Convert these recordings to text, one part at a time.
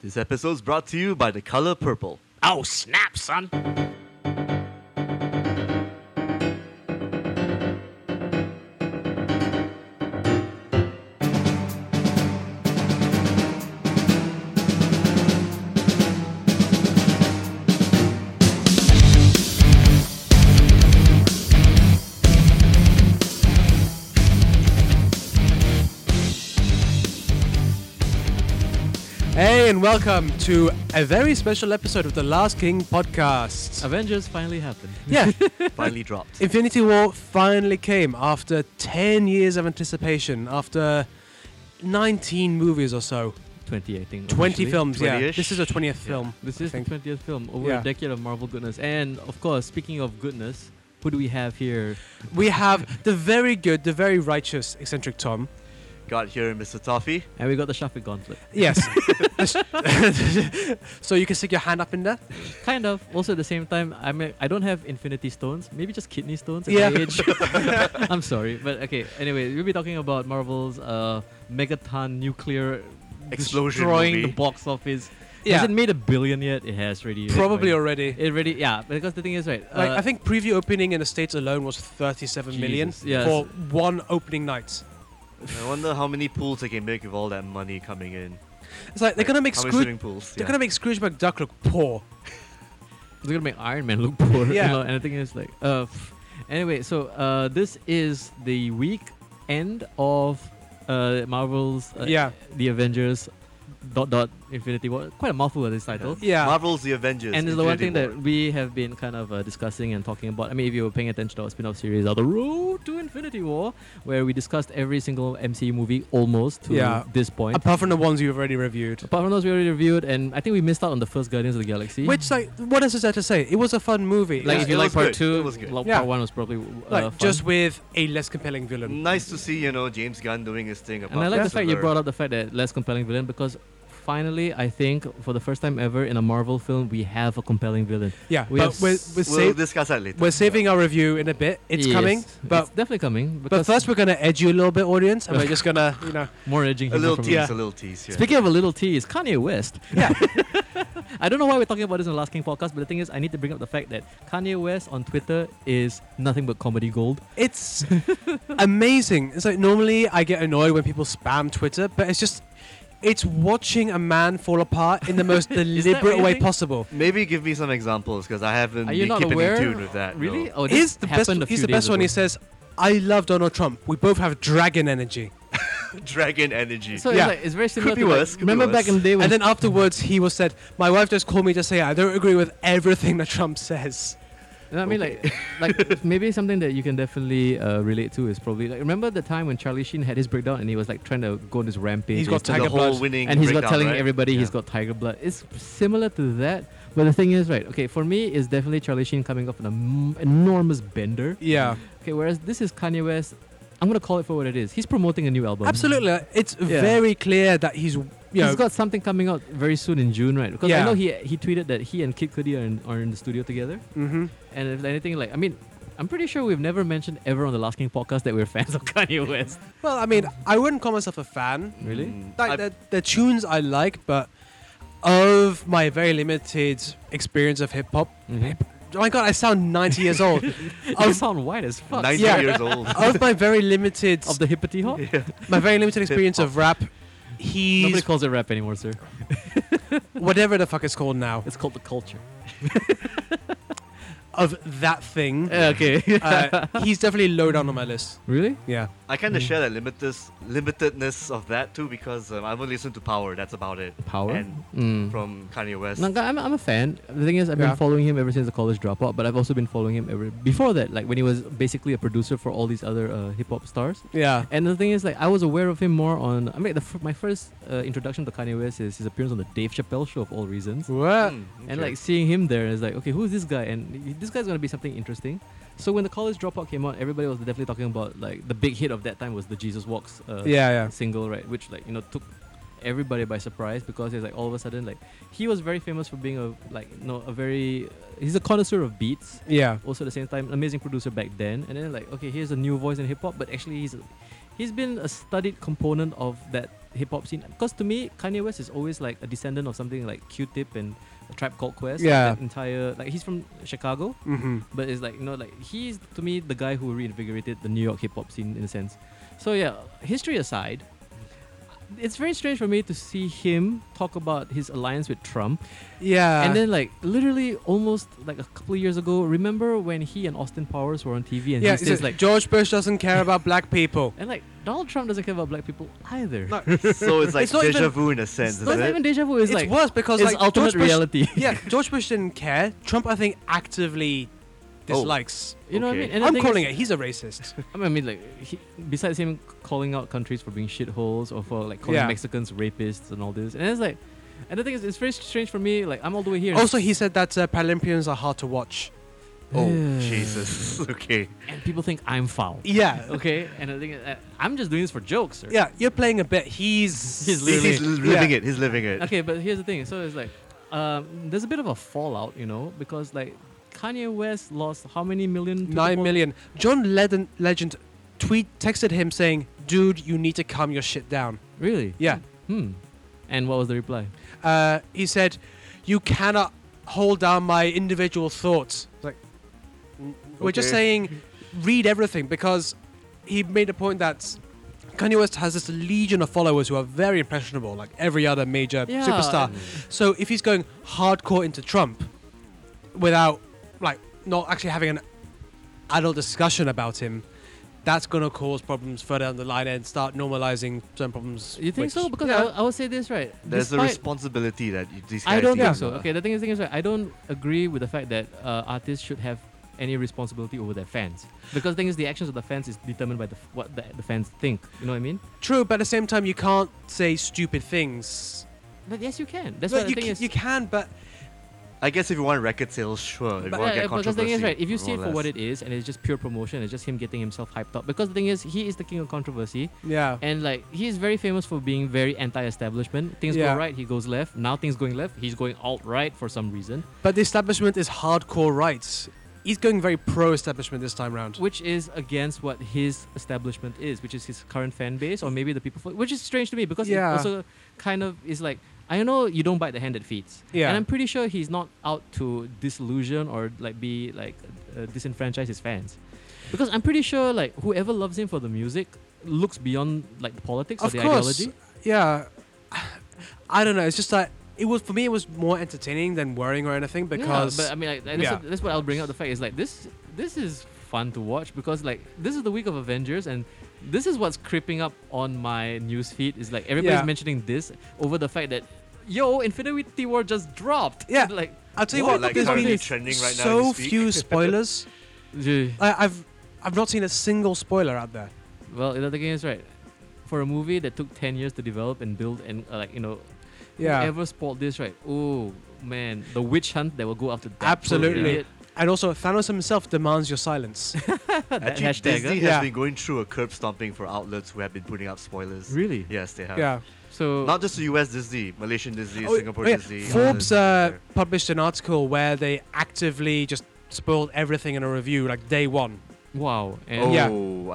This episode's brought to you by The Color Purple. Oh, snap, son. Hey, and welcome to a very special episode of the Last King podcast. Avengers finally happened. Yeah, Finally dropped. Infinity War finally came after 10 years of anticipation, after 19 movies or so, 2018. 20 officially. films, yeah. 20-ish. This is a 20th film. This I is the think. 20th film over Yeah. a decade of Marvel goodness. And of course, speaking of goodness, who do we have here? We have the very good, the very righteous eccentric Tom. Got here, Mr. Toffee. And we got the Shafiq Gauntlet. Yes. so you can stick your hand up in there. Kind of. Also, at the same time, I mean, I don't have Infinity Stones. Maybe just kidney stones at Yeah. my age. I'm sorry, but okay. Anyway, we'll be talking about Marvel's uh, megaton nuclear Explosion destroying movie. the box office. Yeah. Has it made a billion yet? It has already. right? Probably Right. already. It already. Yeah, because the thing is, right? Like uh, I think preview opening in the states alone was 37 million Jesus, yes. for one opening night. I wonder how many pools they can make with all that money coming in. It's like they're gonna make how many Scrooge. swimming pools. They're yeah. gonna make Scrooge McDuck look poor. They're gonna make Iron Man look poor. Yeah. You know, and the thing is like, uh, pff. anyway, so uh, this is the week end of uh, Marvel's uh, Yeah. the Avengers dot dot Infinity War. Quite a mouthful of this title. Yeah. Marvel's The Avengers. And it's the one thing Infinity that we have been kind of uh, discussing and talking about. I mean, if you were paying attention to our spin off series, uh, The Road to Infinity War, where we discussed every single MCU movie almost to Yeah. this point. Apart from the ones you've already reviewed. Apart from those we already reviewed, and I think we missed out on the first Guardians of the Galaxy. Which like, what else is there to say? It was a fun movie. like Yeah, if it you like was part good. two, It was good. like, Yeah. part one was probably uh, like fun. just with a less compelling War. villain. Nice to see, you know, James Gunn doing his thing. and I like the fact you brought up the fact that less compelling villain because finally I think for the first time ever in a Marvel film we have a compelling villain. Yeah, We but have we're, we're, s- We'll sav- discuss that later. we're saving our review in a bit. It's Yes, coming, but it's definitely coming. but Because first we're gonna edge you a little bit, audience, and we're just gonna you know more edging. a humor little from tease, him. yeah. a little tease here. Speaking of a little tease, Kanye West. Yeah. I don't know why we're talking about this in the Last King podcast, but the thing is, I need to bring up the fact that Kanye West on Twitter is nothing but comedy gold. it's amazing. It's like normally I get annoyed when people spam Twitter, but it's just it's watching a man fall apart in the most Is that what deliberate you way think? of- possible. Maybe give me some examples because I haven't Are you been not keeping aware? in tune with that. Really? no. Oh, this He's the best. happened a He's few the best days one. He ago. says, "I love Donald Trump. We both have dragon energy." Dragon energy. So Yeah. it's, like, it's very similar be to like- worse, could be remember back worse. in the day when And then afterwards, he was said, "My wife just called me to say I don't agree with everything that Trump says." You know what I mean, like, like maybe something that you can definitely uh, relate to is probably like remember the time when Charlie Sheen had his breakdown and he was like trying to go on his rampage. He's and got stuff, And the Tiger whole Blood. winning and he's got breakdown, telling right? everybody he's Yeah. got tiger blood. It's similar to that, but the thing is, right? Okay, for me, it's definitely Charlie Sheen coming off an em- enormous bender. Yeah, Okay, whereas this is Kanye West. I'm gonna call it for what it is. He's promoting a new album. absolutely. It's Yeah. very clear that he's, you know, He's got something coming out very soon in June, right? Because Yeah. I know he he tweeted that he and Kid Cudi are in, are in the studio together. mhm. And if anything, like I mean, I'm pretty sure we've never mentioned ever on the Last King podcast that we're fans of Kanye West. Well, I mean, I wouldn't call myself a fan. Really? Mm, Like I- the, the tunes I like, but of my very limited experience of hip hop. Mm-hmm. Oh my god, I sound 90 years old. You of, sound white as fuck. 90 Yeah. years old. of my very limited, Of the hippity hop. Yeah. my very limited experience of rap, he's Nobody calls it rap anymore, sir. whatever the fuck it's called now It's called the culture. of that thing. Okay. uh, he's definitely low down on my list. really? Yeah. I kind of Mm. share that limitless, limitedness of that too because um, I've only listened to Power. That's about it. Power. And Mm. from Kanye West. No, I'm, I'm a fan. The thing is, I've Yeah. been following him ever since the college dropout, but I've also been following him ever before that, like when he was basically a producer for all these other uh, hip hop stars. Yeah. And the thing is, like, I was aware of him more on. I mean, the, f- my first uh, introduction to Kanye West is his appearance on the Dave Chappelle show, of all reasons. What? Mm, And okay. like seeing him there is like, okay, who's this guy? And this guy's gonna be something interesting. So when the college dropout came out, everybody was definitely talking about like the big hit of that time was the Jesus Walks uh, Yeah, yeah. single, right? Which like you know took everybody by surprise because it's like all of a sudden like he was very famous for being a like you know a very he's a connoisseur of beats. Yeah. Also at the same time, amazing producer back then, and then like okay, here's a new voice in hip hop, but actually he's he's been a studied component of that hip hop scene. Because to me, Kanye West is always like a descendant of something like Q-Tip and a Tribe Called Quest. Yeah. that entire like he's from Chicago, Mm-hmm. but it's like you know like he's to me the guy who reinvigorated the New York hip hop scene in a sense. So yeah, history aside. It's very strange for me to see him talk about his alliance with Trump Yeah. and then, like, literally almost like a couple of years ago, remember when he and Austin Powers were on TV and yeah, he he says, said, like, George Bush doesn't care about black people. and like, Donald Trump doesn't care about black people either. No, so it's like It's not deja even- vu in a sense, it's not isn't it? even deja vu, it's, It's, like, worse because it's like ultimate George Bush, reality. yeah, George Bush didn't care. Trump, I think, actively dislikes. you know what I Okay. mean? Oh. And the I'm thing calling is- it. He's a racist. I mean, I mean, like, he, besides him c- calling out countries for being shitholes or for like calling Yeah. Mexicans rapists and all this, and it's like, and the thing is, it's very strange for me. Like, I'm all the way here. also, he said that uh, Paralympians are hard to watch. Oh Jesus. Okay. And people think I'm foul. Yeah. Okay, and the thing is, uh, I'm just doing this for jokes, sir. Yeah, you're playing a bit. He's He's He's, he's Living living it. He's living it. Okay, but here's the thing. So it's like, um, there's a bit of a fallout, you know, because like Kanye West lost how many million? to the nine mo- million. John Legend, Legend tweet texted him saying, "Dude, you need to calm your shit down." Really? Yeah. Hmm. And what was the reply? Uh, he said, "You cannot hold down my individual thoughts." It's Like, n- we're just Okay. saying, read everything because he made a point that Kanye West has this legion of followers who are very impressionable, like every other major Yeah, superstar. and- So if he's going hardcore into Trump without, like, not actually having an adult discussion about him. That's gonna cause problems further down the line and start normalizing certain problems. You think which- so? Because Yeah. I, I would say this right. There's a Despite- responsibility that you, these guys I don't need think to so. know. Okay, the thing is, thing is right. I don't agree with the fact that uh, artists should have any responsibility over their fans because the thing is, the actions of the fans is determined by the f- what the, the fans think. You know what I mean? True, but at the same time, you can't say stupid things. But yes, you can. That's No, what the you, thing ca- is. you can, but I guess if you want record sales, sure. If you But, want to get yeah, because the controversy. thing is, right, if you see it more for or what less. it is and it's just pure promotion, it's just him getting himself hyped up. Because the thing is, he is the king of controversy yeah, and like he is very famous for being very anti establishment. Things Yeah. go right, he goes left. Now things going left, he's going alt right for some reason. but the establishment is hardcore rights. He's going very pro-establishment this time round. Which is against what his establishment is, which is his current fan base or maybe the people for, which is strange to me because Yeah. it also kind of is like I know you don't bite the hand that feeds. Yeah. And I'm pretty sure he's not out to disillusion or like be like uh, disenfranchise his fans. Because I'm pretty sure like whoever loves him for the music looks beyond like the politics or Of the course, ideology. yeah. I don't know. It's just that it was for me. It was more entertaining than worrying or anything Yeah, because but um, I mean like, that's, yeah. what, that's what I'll bring up the fact is like this this is fun to watch because like this is the week of Avengers and this is what's creeping up on my news feed is like everybody's Yeah. mentioning this over the fact that yo Infinity War just dropped. Yeah. like I'll tell you What what. like there's how currently been this trending right now. as so we speak. few spoilers. yeah. I, I've I've not seen a single spoiler out there. well the thing is right for a movie that took 10 years to develop and build and uh, like you know Yeah. whoever spot this right oh man the witch hunt that will go after that poor Absolutely. idiot. And also, Thanos himself demands your silence. That Actually, hashtag, uh, Disney huh? has Yeah. been going through a curb stomping for outlets who have been putting up spoilers. really Yes, they have. yeah. so Not just the US Disney, Malaysian Disney, Oh, Singapore oh yeah, Disney. Forbes all uh, this. published an article where they actively just spoiled everything in a review, like day one. wow and oh, yeah.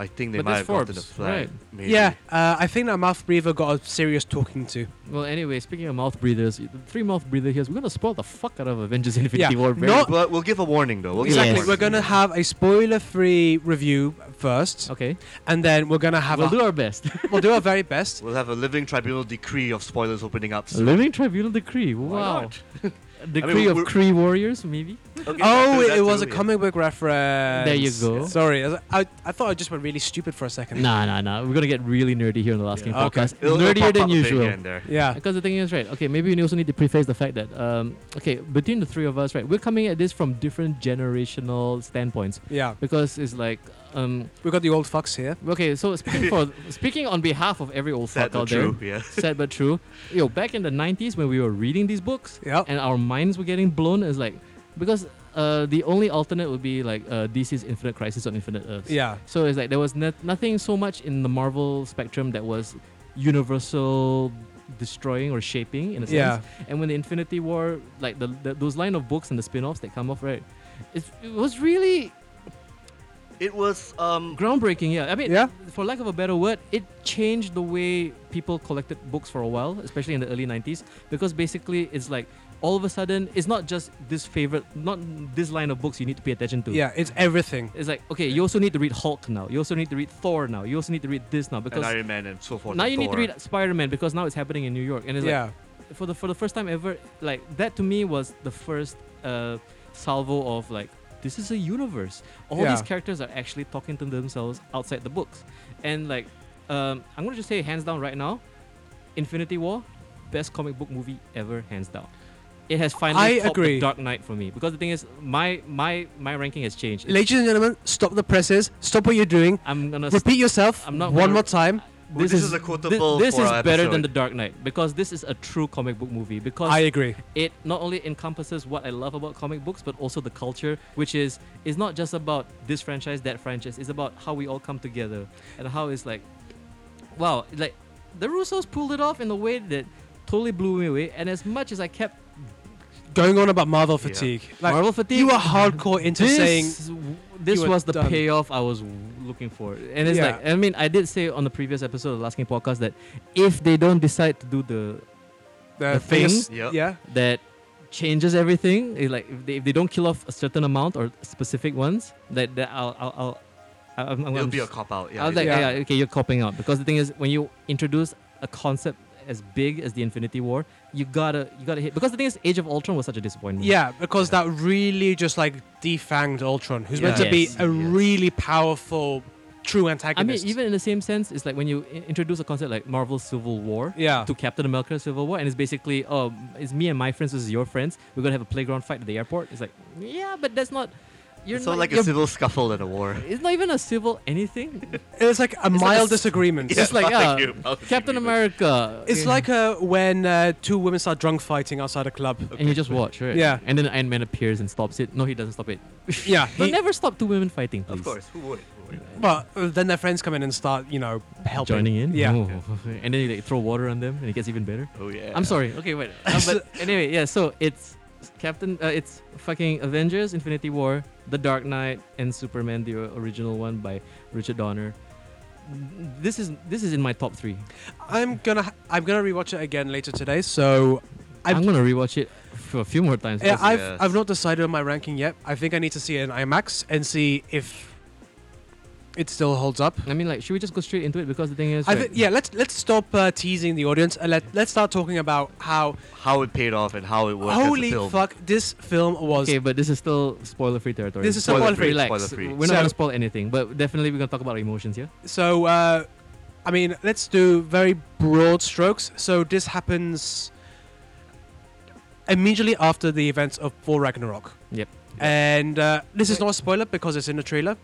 I think they But might that's have gotten the Forbes, flag. right. Maybe. Yeah, uh, I think that mouth breather got a serious talking to. Well, anyway, speaking of mouth breathers, the three mouth breather here, we're gonna spoil the fuck out of Avengers Infinity Yeah, War. very- not- But we'll give a warning though. We'll give a exactly. warning. We're gonna have a spoiler-free review first, okay. and then we're gonna have we'll a, do our best. we'll do our very best. We'll have a living tribunal decree of spoilers opening up. soon. Living Tribunal Decree. Why Wow. not? Decree of we're- Cree Warriors, maybe. Okay, Oh, that too, it, that was a too, yeah. comic book reference. There you go. Sorry, I, I, I thought I just went really stupid for a second. Nah, nah, nah. We're gonna get really nerdy here on the Last Game Yeah. Okay. podcast. It'll- it'll Nerdier pop than up a bit here usual. and there. Yeah. Because the thing is, right? Okay, maybe we also need to preface the fact that, um, okay, between the three of us, right, we're coming at this from different generational standpoints. Yeah. Because it's like, um, We got the old fucks here. okay, so speaking for speaking on behalf of every old Sad fuck but out there, true. Yeah. sad but true. Yo, back in the 90s when we were reading these books Yep. and our minds were getting blown, is like because uh, the only alternate would be like uh, DC's Infinite Crisis on Infinite Earths. Yeah. So it's like there was no- nothing so much in the Marvel spectrum that was universal destroying or shaping in a sense. Yeah. And when the Infinity War, like the, the those line of books and the spin-offs that come off, right? It's, it was really It was um groundbreaking yeah i mean Yeah? for lack of a better word it changed the way people collected books for a while especially in the early 90s because basically it's like all of a sudden it's not just this favorite not this line of books you need to pay attention to Yeah, it's everything. it's like okay you also need to read hulk now you also need to read thor now you also need to read this now because and Iron Man and so forth. now and you need to Thor. read spider-man because now it's happening in new york and it's like Yeah, for the for the first time ever, like that to me was the first uh, salvo of like this is a universe. All Yeah. these characters are actually talking to themselves outside the books, and like um, I'm gonna just say hands down right now, Infinity War, best comic book movie ever, hands down. It has finally I topped agree. The Dark Knight for me because the thing is my my my ranking has changed. It's- ladies and gentlemen, stop the presses. Stop what you're doing. I'm gonna Repeat yourself I'm not one gonna- more time. This is a quotable thi- This, for is our better than episode. the Dark Knight because this is a true comic book movie because I agree. it not only encompasses what I love about comic books, but also the culture, which is is not just about this franchise, that franchise. It's about how we all come together and how it's like, wow, like the Russos pulled it off in a way that totally blew me away. And as much as I kept Going on about Marvel Yeah. fatigue. Like, Marvel fatigue, you are hardcore into this, saying this you are was the done. payoff I was w- looking for. And it's Yeah. like, I mean, I did say on the previous episode of the Last King podcast that if they don't decide to do the the the thing. things. Yep. Yeah. that changes everything. It, like if they, if they don't kill off a certain amount or specific ones, that, that I'll I'll, I'll I- I'm, I'm, It'll I'm be a just- cop out. Yeah. I was like, yeah. yeah. okay, you're copping out because the thing is, when you introduce a concept as big as the Infinity War, you gotta you gotta hit because the thing is, Age of Ultron was such a disappointment. Yeah, because that really just like defanged Ultron, who's meant Yeah. to be Yes, a yes. really powerful, true I mean, antagonist. even in the same sense, it's like when you i- introduce a concept like Marvel Civil War yeah, to Captain America Civil War, and it's basically, oh, it's me and my friends versus your friends. We're gonna have a playground fight at the airport. It's like, yeah, but that's not. You're It's not not like you're Oh a civil scuffle in a war. It's not even a civil anything. it's like a like mild a- disagreement. It's like, Yeah, uh, you- I'll agree Captain with- America. It's yeah. like uh, when uh, two women start drunk fighting outside a club. and you just watch, right? Yeah. And then Iron Man appears and stops it. No, he doesn't stop it. Yeah, But he- never stop two women fighting, please. Of course, who would? Who would? but uh, then their friends come in and start, you know, helping. Joining in. Yeah. Oh. and then you like, throw water on them, and it gets even better. Oh yeah. I'm sorry. Okay, wait. Uh, but anyway, yeah. So it's Captain. Uh, it's fucking Avengers: Infinity War, The Dark Knight, and Superman, the o- original one by Richard Donner. This is this is in my top three. I'm gonna ha- I'm gonna rewatch it again later today. So i I've- am gonna rewatch it for a few more times. yeah, because- I've yes. I've not decided on my ranking yet. I think I need to see it in IMAX and see if it still holds up. I mean, like, should we just go straight into it? Because the thing is, I right, think yeah. Let's let's stop uh, teasing the audience and let let's start talking about how How it paid off and how it worked as holy a film. fuck this film was. Okay, but this is still spoiler-free territory. This is Spoiler spoiler free, free. Relax. spoiler free. We're not So- gonna spoil anything, but definitely we're gonna talk about our emotions. Yeah. So uh, I mean, let's do very broad strokes. So this happens immediately after the events of Thor Ragnarok. Yep. And uh, this is Right. not a spoiler because it's in the trailer,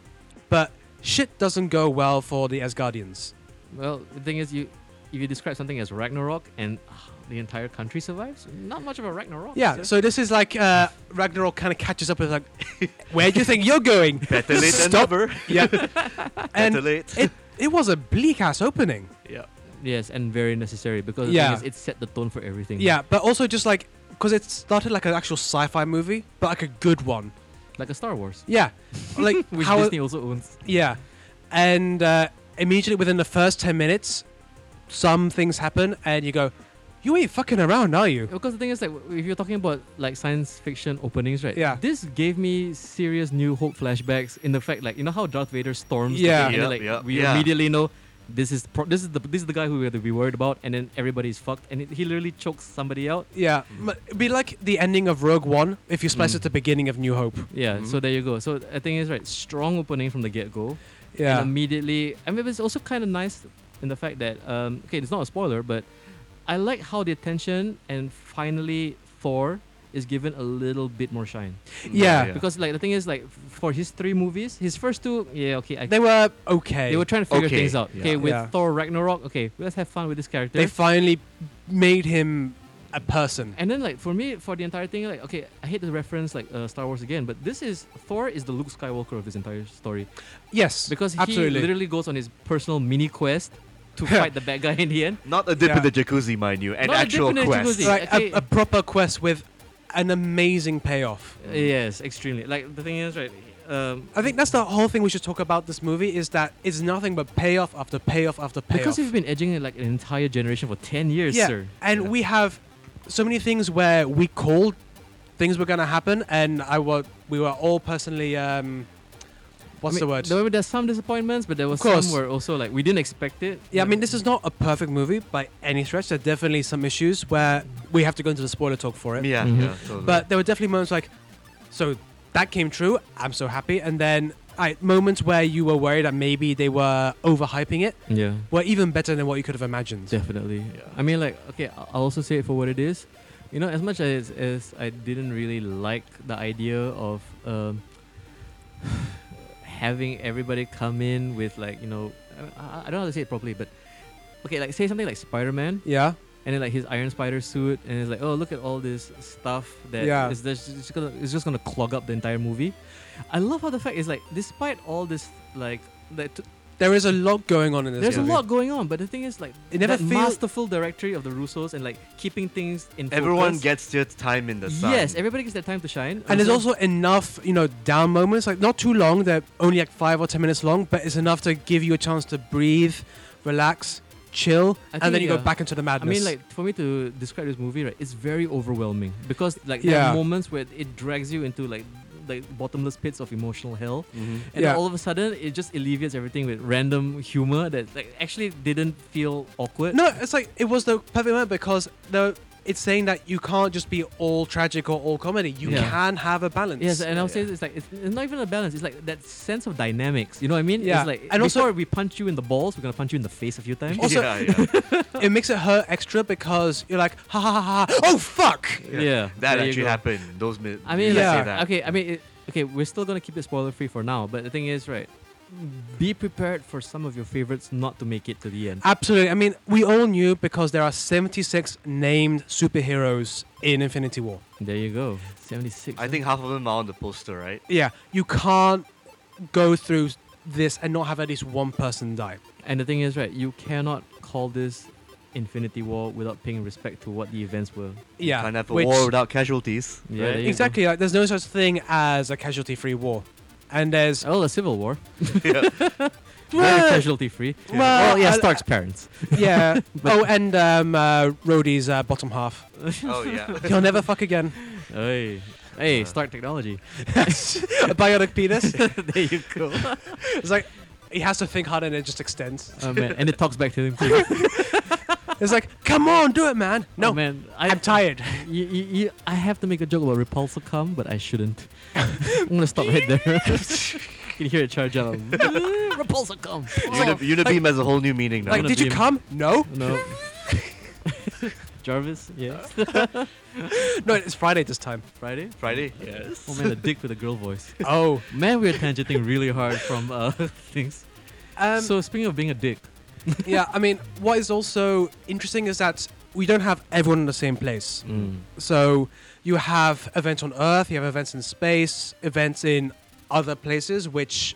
but shit doesn't go well for the Asgardians. Well, the thing is, you if you describe something as Ragnarok and ah, the entire country survives, not much of a Ragnarok. Yeah, so this is like uh, Ragnarok kind of catches up with like, where do you think you're going? Better late than Stop. never. Yeah, Better and late. it it was a bleak ass opening. Yeah. Yes, and very necessary because the Yeah. thing is, it set the tone for everything. Yeah, but also just like because it started like an actual sci-fi movie, but like a good one. Like a Star Wars, Yeah, like which how Disney also owns. yeah, and uh, immediately within the first ten minutes, some things happen, and you go, "You ain't fucking around, are you?" Because the thing is, like, w- if you're talking about like science fiction openings, right? Yeah. This gave me serious New Hope flashbacks in the fact, like, you know how Darth Vader storms. the Yeah. thing and then, Yep, like, yep, we yeah. immediately know this is pro- this is the this is the guy who we have to be worried about, and then everybody's fucked, and it, he literally chokes somebody out. Yeah, but it'd be like the ending of Rogue One if you splice Mm. it the beginning of New Hope. Yeah. So Mhm. there you go. So the thing is, right, strong opening from the get go. Yeah, And immediately, I mean, it's also kind of nice in the fact that um, okay, it's not a spoiler, but I like how the attention and finally Thor is given a little bit more shine. Yeah. Because like the thing is like f- for his three movies, his first two, yeah, okay, I, they, they were okay. were trying to figure Okay, things out. yeah. Okay, with Yeah. Thor Ragnarok, okay, let's have fun with this character. they finally made him a person. and then like for me, for the entire thing, like okay, I hate the reference like uh, Star Wars again, but this is Thor is the Luke Skywalker of this entire story Yes, because he absolutely. literally goes on his personal mini quest to fight the bad guy in the end. Not a dip Yeah. in the jacuzzi, mind you. An Not a dip actual in the quest. jacuzzi. like okay. a, a proper quest with an amazing payoff. Yes, extremely. Like the thing is, right? um, I think that's the whole thing we should talk about this movie is that it's nothing but payoff after payoff after payoff. because we've been edging it like an entire generation for ten years, yeah, sir. and Yeah. we have so many things where we called things were gonna happen, and I was we were all personally um, what's I mean, the word? There were there's some disappointments, but there was course. some where also like we didn't expect it. yeah, I mean this is not a perfect movie by any stretch. There are definitely some issues where we have to go into the spoiler talk for it. Yeah, Mhm. yeah, totally. But there were definitely moments like, so that came true. I'm so happy. And then I, moments where you were worried that maybe they were overhyping it yeah, were even better than what you could have imagined. definitely. Yeah. I mean, like okay, I- I'll also say it for what it is. You know, as much as as I didn't really like the idea of um, having everybody come in with like you know, I- I, I don't know how to say it properly, but okay, like say something like Spider Man. Yeah. and then like his Iron Spider suit, and it's like, oh, look at all this stuff that Yeah. is that's just, it's gonna it's just gonna clog up the entire movie. I love how the fact is like, despite all this like. That t- There is a lot going on in this there's movie. a lot going on, but the thing is, like, It never that feel- masterful directory of the Russos and like keeping things in Everyone focus. gets their time in the sun. yes, everybody gets their time to shine, And there's also enough, you know, down moments, like not too long, they're only like five or ten minutes long, but it's enough to give you a chance to breathe, relax, chill, I and then think, you yeah. go back into the I madness. mean, like for me to describe this movie, right? It's very overwhelming because like there Yeah. are moments where it drags you into like like bottomless pits of emotional hell, Mhm. And Yeah. all of a sudden, it just alleviates everything with random humor that like actually didn't feel awkward. No, it's like it was the perfect moment because the it's saying that you can't just be all tragic or all comedy. You Yeah. can have a balance. Yes, and I'll say Yeah. it's like it's, it's not even a balance. It's like that sense of dynamics. You know what I mean? Yeah. It's like And also- before we punch you in the balls, we're gonna punch you in the face a few times. Also- yeah, yeah. it makes it hurt extra because you're like ha ha ha ha. Oh fuck! Yeah. Yeah, that there you actually go. happened. Those minutes. I mean, Yeah. like, okay. I mean, it, okay. We're still gonna keep it spoiler free for now. But the thing is, right? Be prepared for some of your favorites not to make it to the end. Absolutely. I mean, we all knew because there are 76 named superheroes in Infinity War. There you go. Seventy-six. I think half of them are on the poster, right? Yeah, you can't go through this and not have at least one person die. And the thing is, right? You cannot call this Infinity War without paying respect to what the events were. Yeah, Can't have a which- war without casualties. Yeah, right? there you go. exactly. Like, there's no such thing as a casualty-free war, and there's Oh, a civil war. Yeah. Oh, Very casualty free. Well, Well, Oh, yeah, I- Stark's parents. yeah. oh, and um, uh, Rhodey's uh, bottom half. Oh yeah. He'll never fuck again. Hey, hey, Uh. Stark technology. a bionic penis. there you go. It's like he has to think hard and it just extends. Oh man, and it talks back to him too. It's like, come on, do it, man. No, oh, man, I, I'm tired. You, you, you, I have to make a joke about Repulsor cum, but I shouldn't. I'm gonna stop right there. you can hear it charge out. Repulsor cum. Uni- Unibeam has a whole new meaning now. Like, gonna did you be- come? No. No. Jarvis, yes. No, it's Friday this time. Friday. Friday. Yes. Oh man, a dick with a girl voice. Oh. Man, we're tangenting really hard from uh, things. Um, so speaking of being a dick, yeah, I mean, what is also interesting is that we don't have everyone in the same place. So you have events on Earth, you have events in space, events in other places, which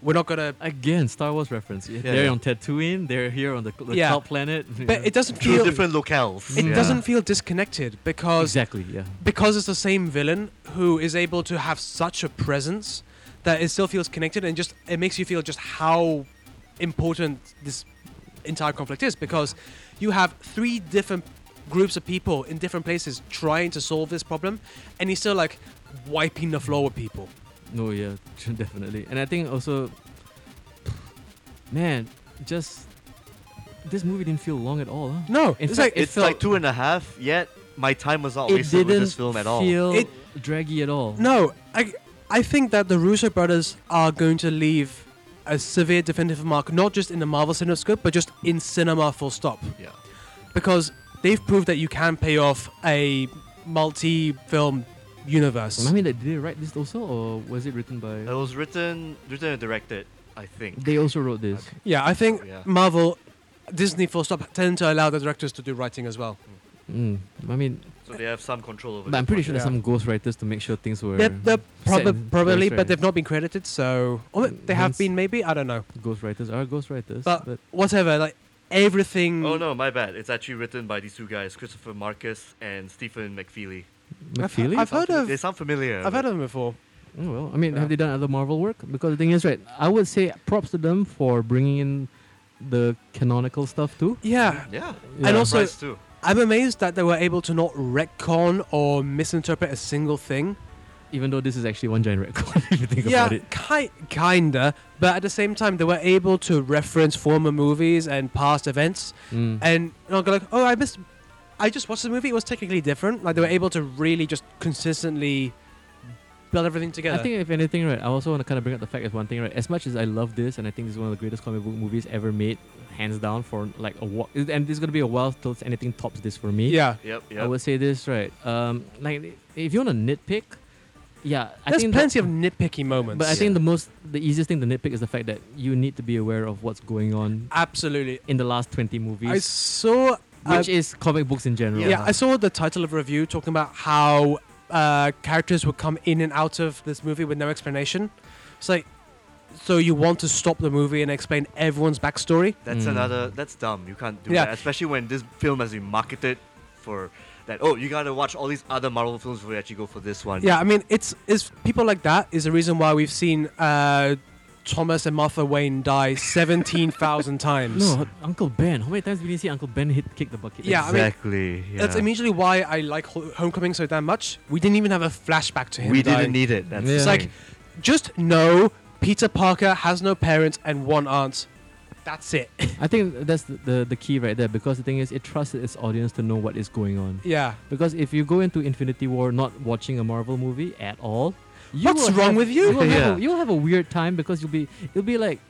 we're not gonna. Again, Star Wars reference. they're yeah. on Tatooine. They're here on the, the Yeah. cloud planet. But it doesn't Two feel. different locales. It yeah. doesn't feel disconnected because exactly. Yeah. because it's the same villain who is able to have such a presence that it still feels connected and just it makes you feel just how important this entire conflict is because you have three different groups of people in different places trying to solve this problem and he's still like wiping the floor with people No. Yeah. Definitely. And I think also, man, just this movie didn't feel long at all. Huh? no In it's fact, like it It's like felt- two and a half. Yet my time was not it wasted with didn't this film at all. feel It- draggy at all. no i i think that the russo brothers are going to leave a severe definitive mark not just in the marvel cinemascope but just in cinema full stop Yeah. because they've proved that you can pay off a multi-film universe. I mean, like, did they write this also, or was it written by? It was written, written and directed, I think. They also wrote this. Yeah, I think Yeah. Marvel, Disney, full stop, tend to allow the directors to do writing as well. Mm. I mean, So they have some control over. but I'm the pretty sure project. Yeah. there's some ghostwriters to make sure things were They're, they're set proba- in probably, place, but right? they've not been credited, so or they have Mm, Hence- been maybe. I don't know. ghostwriters are ghostwriters. But- but Whatever, like everything. Oh no, my bad. It's actually written by these two guys, Christopher Marcus and Stephen McFeely. I've, McFeely? I've heard Sound- of. They sound familiar. I've but- heard of them before. Oh, well, I mean, Yeah. have they done other Marvel work? Because the thing is, right, I would say props to them for bringing in the canonical stuff too. Yeah, Yeah. Yeah. And also- Surprised too. I'm amazed that they were able to not retcon or misinterpret a single thing. Even though this is actually one giant record, if you think yeah, about it. ki- kinda, but at the same time, they were able to reference former movies and past events, Mm. and not go like, "Oh, I missed." I just watched the movie; it was technically different. Like they were able to really just consistently build everything together. I think if anything, right, I also want to kind of bring up the fact as one thing, right. As much as I love this, and I think this is one of the greatest comic book movies ever made, hands down, for like a wa- and this is gonna be a while till anything tops this for me. yeah, Yep, yep. I would say this, right. Um, like if you want to nitpick, yeah, I there's think that- plenty of nitpicky moments. But I Yeah. think the most, the easiest thing to nitpick is the fact that you need to be aware of what's going on absolutely, in the last twenty movies, I saw uh, which is comic books in general. Yeah, I saw the title of a review talking about how uh, characters would come in and out of this movie with no explanation. It's like, so you want to stop the movie and explain everyone's backstory? That's Mm. another. That's dumb. You can't do Yeah. that, especially when this film has been marketed for that. Oh, you gotta watch all these other Marvel films before you actually go for this one. Yeah, I mean, it's, it's people like that is the reason why we've seen uh, Thomas and Martha Wayne die 17,000 times. No, Uncle Ben. How many times did you see Uncle Ben hit kick the bucket? Yeah, I mean, exactly. yeah. That's immediately why I like Ho- Homecoming so damn much. We didn't even have a flashback to him. we dying. didn't e-, need it. That's It's the like- thing. Just know Peter Parker has no parents and one aunt. That's it. I think that's the, the, the key right there because the thing is, it trusts its audience to know what is going on. yeah. Because if you go into Infinity War not watching a Marvel movie at all, you What's will wrong have- with you? will have a, Yeah. you'll have a weird time because you'll be you'll be like,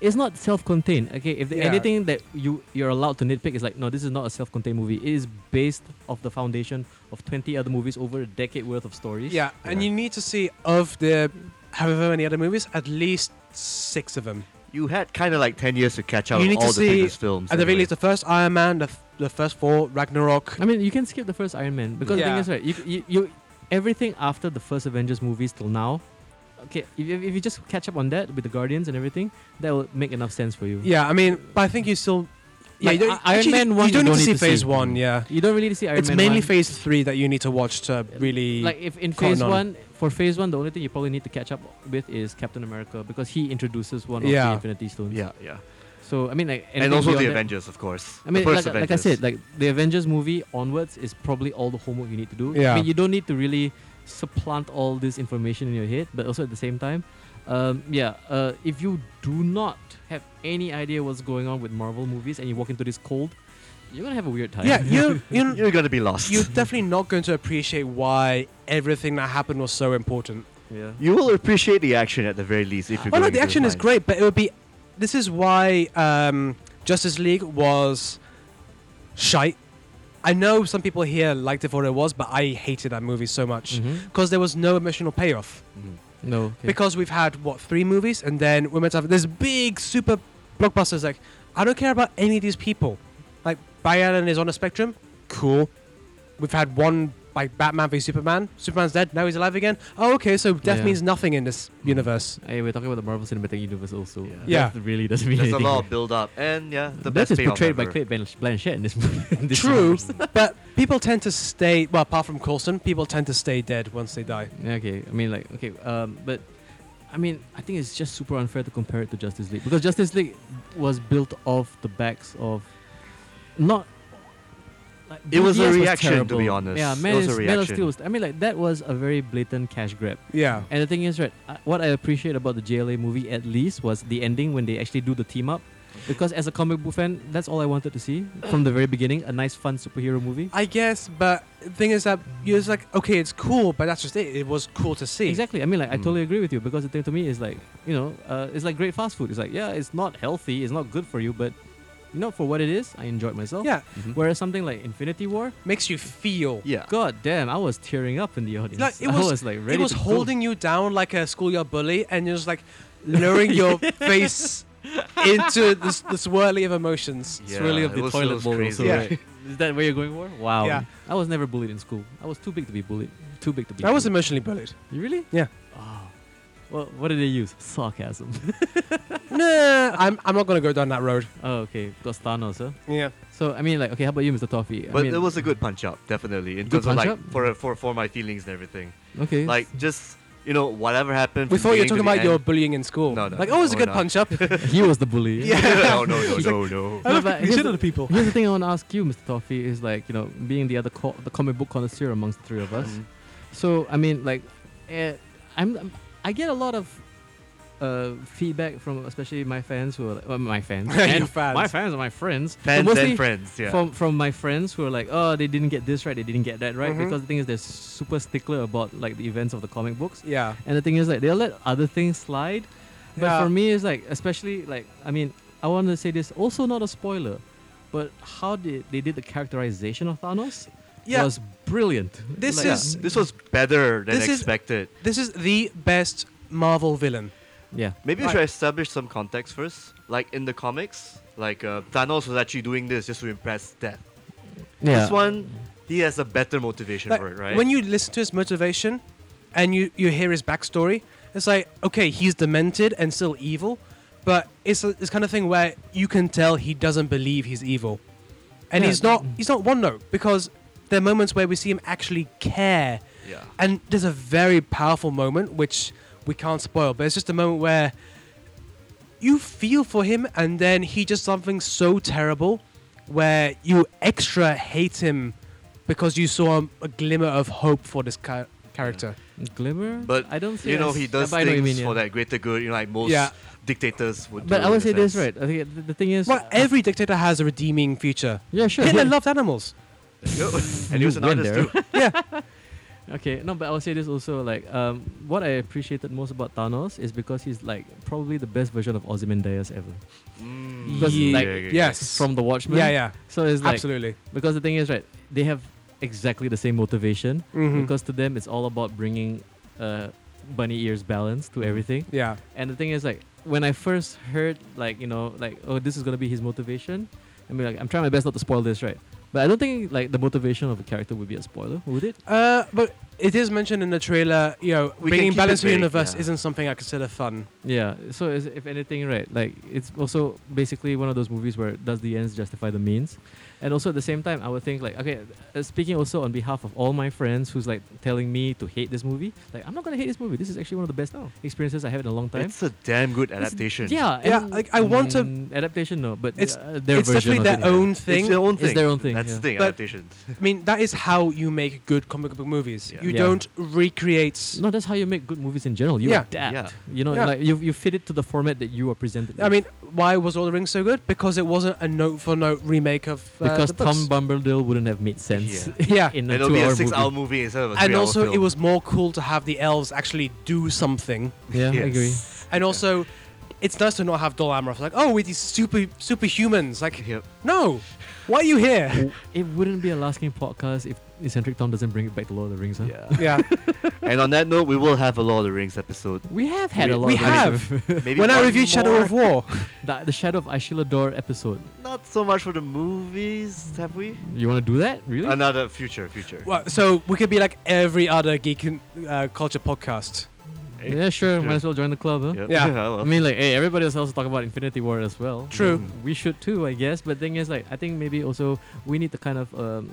it's not self-contained. Okay, if there Yeah. anything that you you're allowed to nitpick is like, no, this is not a self-contained movie. It is based off the foundation of twenty other movies over a decade worth of stories. Yeah, and Yeah. you need to see of the however many other movies, at least six of them. You had kind of like ten years to catch up You on need to all the see- previous films. At the very anyway. least, the first Iron Man, the, f- the first four, Ragnarok. I mean, you can skip the first Iron Man because the thing Yeah. is, right? You, you, you everything after the first Avengers movies till now. Okay, if, if if you just catch up on that with the Guardians and everything, that will make enough sense for you. Yeah, I mean, but I think you still. Yeah, Like, you don't, I- Iron actually, Man you one, You don't need to see Phase One. Yeah, You don't really see Iron it's Man. mainly 1. Phase Three that you need to watch to really. Like if in cotton Phase on. One, for Phase One, the only thing you probably need to catch up with is Captain America because he introduces one of Yeah. the Infinity Stones. Yeah, yeah. So I mean, like And anything also beyond the that- Avengers, of course. I mean, the like, first like I Avengers. said, like the Avengers movie onwards is probably all the homework you need to do. Yeah. I mean, you don't need to really supplant all this information in your head, but also at the same time, um, yeah, uh, if you do not have any idea what's going on with Marvel movies and you walk into this cold, you're gonna have a weird time. yeah, you you you're gonna be lost. you're definitely not going to appreciate why everything that happened was so important. yeah. You will appreciate the action at the very least if you're. Oh no, going the into action it is blind. great, but it would be. This is why um, Justice League was shite. I know some people here liked it for what it was, but I hated that movie so much Mhm. because there was no emotional payoff. Mhm. No. okay. Because we've had what three movies, and then we're meant to have this big super blockbusters. Like, I don't care about any of these people. Like, Barry Allen is on a spectrum. Cool. We've had one like Batman v Superman. Superman's dead. Now he's alive again. Oh, okay. So death Yeah. means nothing in this universe. Hey, we're talking about the Marvel Cinematic Universe also. Yeah. Yeah. That really doesn't mean There's a anything. lot of build up, and yeah, the that best is payoff portrayed by ever. Kate Blanch- Blanchett in this movie. in this True, universe. but people tend to stay. Well, apart from Coulson, people tend to stay dead once they die. Yeah, Okay, I mean, like, okay, um, but I mean, I think it's just super unfair to compare it to Justice League because Justice League was built off the backs of not. Like, It was a BVS reaction, to terrible. be honest. Yeah, It Man, was a is- Man of reaction. Steel. Was, I mean, like that was a very blatant cash grab. Yeah, And the thing is, right, I- what I appreciate about the JLA movie at least was the ending when they actually do the team up. Because as a comic book fan, that's all I wanted to see from the very beginning a nice, fun superhero movie. I guess. But the thing is that you're just like, okay, it's cool, but that's just it. It was cool to see. Exactly. I mean, like, I Hmm. Mm. totally agree with you because the thing to me is like, you know, uh, it's like great fast food. It's like, yeah, it's not healthy, it's not good for you, but you know, for what it is, I enjoyed myself. Yeah, Mhm. Whereas something like Infinity War, makes you feel. Yeah. god damn, I was tearing up in the audience. Like, it I was- was like ready. It was to go. holding you down like a schoolyard bully, and you're just like lowering your face into this, the swirly of emotions. Yeah, swirling of it the was- it toilet was bowl. crazy. Also, Yeah. right? Is that where you're going for? Wow. Yeah. I was never bullied in school. I was too big to be bullied. Too big to be. I was bullied. emotionally bullied. You really? Yeah. Oh. Well, what did they use? Sarcasm. nah, I'm, I'm not gonna go down that road. oh, okay. Got Thanos, huh? Yeah. So I mean, like, okay, how about you, Mr. Toffee? I But mean, it was a good punch up, definitely. In Good terms of like punch-up? for for for my feelings and everything. okay. Like just you know, whatever happened. We from thought you were talking beginning about to the your end- bullying in school. No, no, like, no, oh, it was a we're good not. punch up. he was the bully. Yeah. no, no, no, no, no. I love that. Here's shit the- other people. Here's the thing I want to ask you, Mr. Toffee, is like, you know, being the other co- the comic book connoisseur amongst the three of us. Mhm. So, I mean, like, eh, I'm, I'm- I get a lot of uh, feedback from especially my fans who are like, well, my fans. Your and fans. My fans are my friends. but Fans mostly and friends, yeah. From from my friends who are like, oh, they didn't get this right, they didn't get that right, Mm-hmm. Mhm. because the thing is, they're super stickler about like the events of the comic books, Yeah. and the thing is, like, they'll let other things slide. But Yeah. for me, it's like, especially like, I mean, I want to say this also not a spoiler, but how did they did the characterization of Thanos Yeah. was brilliant. This Like, Yeah, is- this was better than This is- expected. This is the best Marvel villain. yeah, Maybe Right. we should establish some context first. Like in the comics, like uh, Thanos was actually doing this just to impress Death. yeah. This one, he has a better motivation Like, for it, right? When you listen to his motivation and you, you hear his backstory, it's like, okay, he's demented and still evil, but it's a, this kind of thing where you can tell he doesn't believe he's evil. And Yeah. he's not he's not one note because there are moments where we see him actually care. yeah. And there's a very powerful moment which we can't spoil, but it's just a moment where you feel for him and then he does something so terrible where you extra hate him because you saw a, a glimmer of hope for this ca- character. Glimmer, But I don't see. You know, as- he does but I know what you things mean, yeah. for that greater good, you know, like most Yeah. dictators would But do I in would a say this sense. right. I think the, the thing is, uh, Well, every dictator has a redeeming future. yeah, sure. Hitler yeah. loved animals. Yo, and he You was an went artist there. too. Okay, no, but I'll say this also. Like, um, what I appreciated most about Thanos is because he's like probably the best version of Ozymandias ever Mm. Because, Yeah, like, yeah, yeah. Yes. from The Watchmen. yeah, yeah, So it's like absolutely. because the thing is right, they have exactly the same motivation Mhm. because to them it's all about bringing uh, bunny ears balance to everything. yeah, And the thing is like when I first heard like you know like oh this is gonna be his motivation, I mean like I'm trying my best not to spoil this right, but I don't think like the motivation of a character would be a spoiler, would it? uh, but it is mentioned in the trailer. You know, We can bringing keep it balance to the vague, universe yeah. isn't something I consider fun. Yeah. So is, if anything, right, like it's also basically one of those movies where does the ends justify the means? And also at the same time, I would think like, okay, uh, speaking also on behalf of all my friends who's like telling me to hate this movie, like I'm not gonna hate this movie. This is actually one of the best Oh. experiences I have in a long time. It's a damn good It's- adaptation. Yeah. Yeah, and- like, I want to- mm, adaptation. No, but It's- uh, their it's version definitely of their it. own It's thing. their own It's thing. their own thing, That's yeah. the thing, But- adaptations. I mean, that is how you make good comic book movies. Yeah. You Yeah. don't recreate. No, that's how you make good movies in general. You Yeah. adapt. Yeah. You know, Yeah. like you, you fit it to the format that you are presented. I with. mean, why was All the Rings so good? Because it wasn't a note for note remake of uh, because the books. Tom Bumbledore wouldn't have made sense Yeah. in a It'll be two-hour a movie. six-hour movie. instead of a and three-hour also, it film. was more cool to have the elves actually do something. Yeah, I agree. Yes. And also, it's nice to not have Dol Amroth like, oh, we're these super superhumans. Like, Yep. no, why are you here? It wouldn't be a lasting podcast if Eccentric Tom doesn't bring it back to Lord of the Rings, huh? Yeah. yeah. and on that note, we will have a Lord of the Rings episode. We have had We- a lot we of have. Maybe when I one reviewed Shadow more. of War, the, the Shadow of Ashillador episode. Not so much for the movies, have we? You want to do that? Really? Another future, future. well, so we could be like every other geek and, uh, culture podcast. Eh? yeah, sure. Sure. Might as well join the club, huh? Yep. Yeah. well. I mean, like, hey, everybody else also talk about Infinity War as well. True. Mm. We should too, I guess. But thing is, like, I think maybe also we need to kind of um,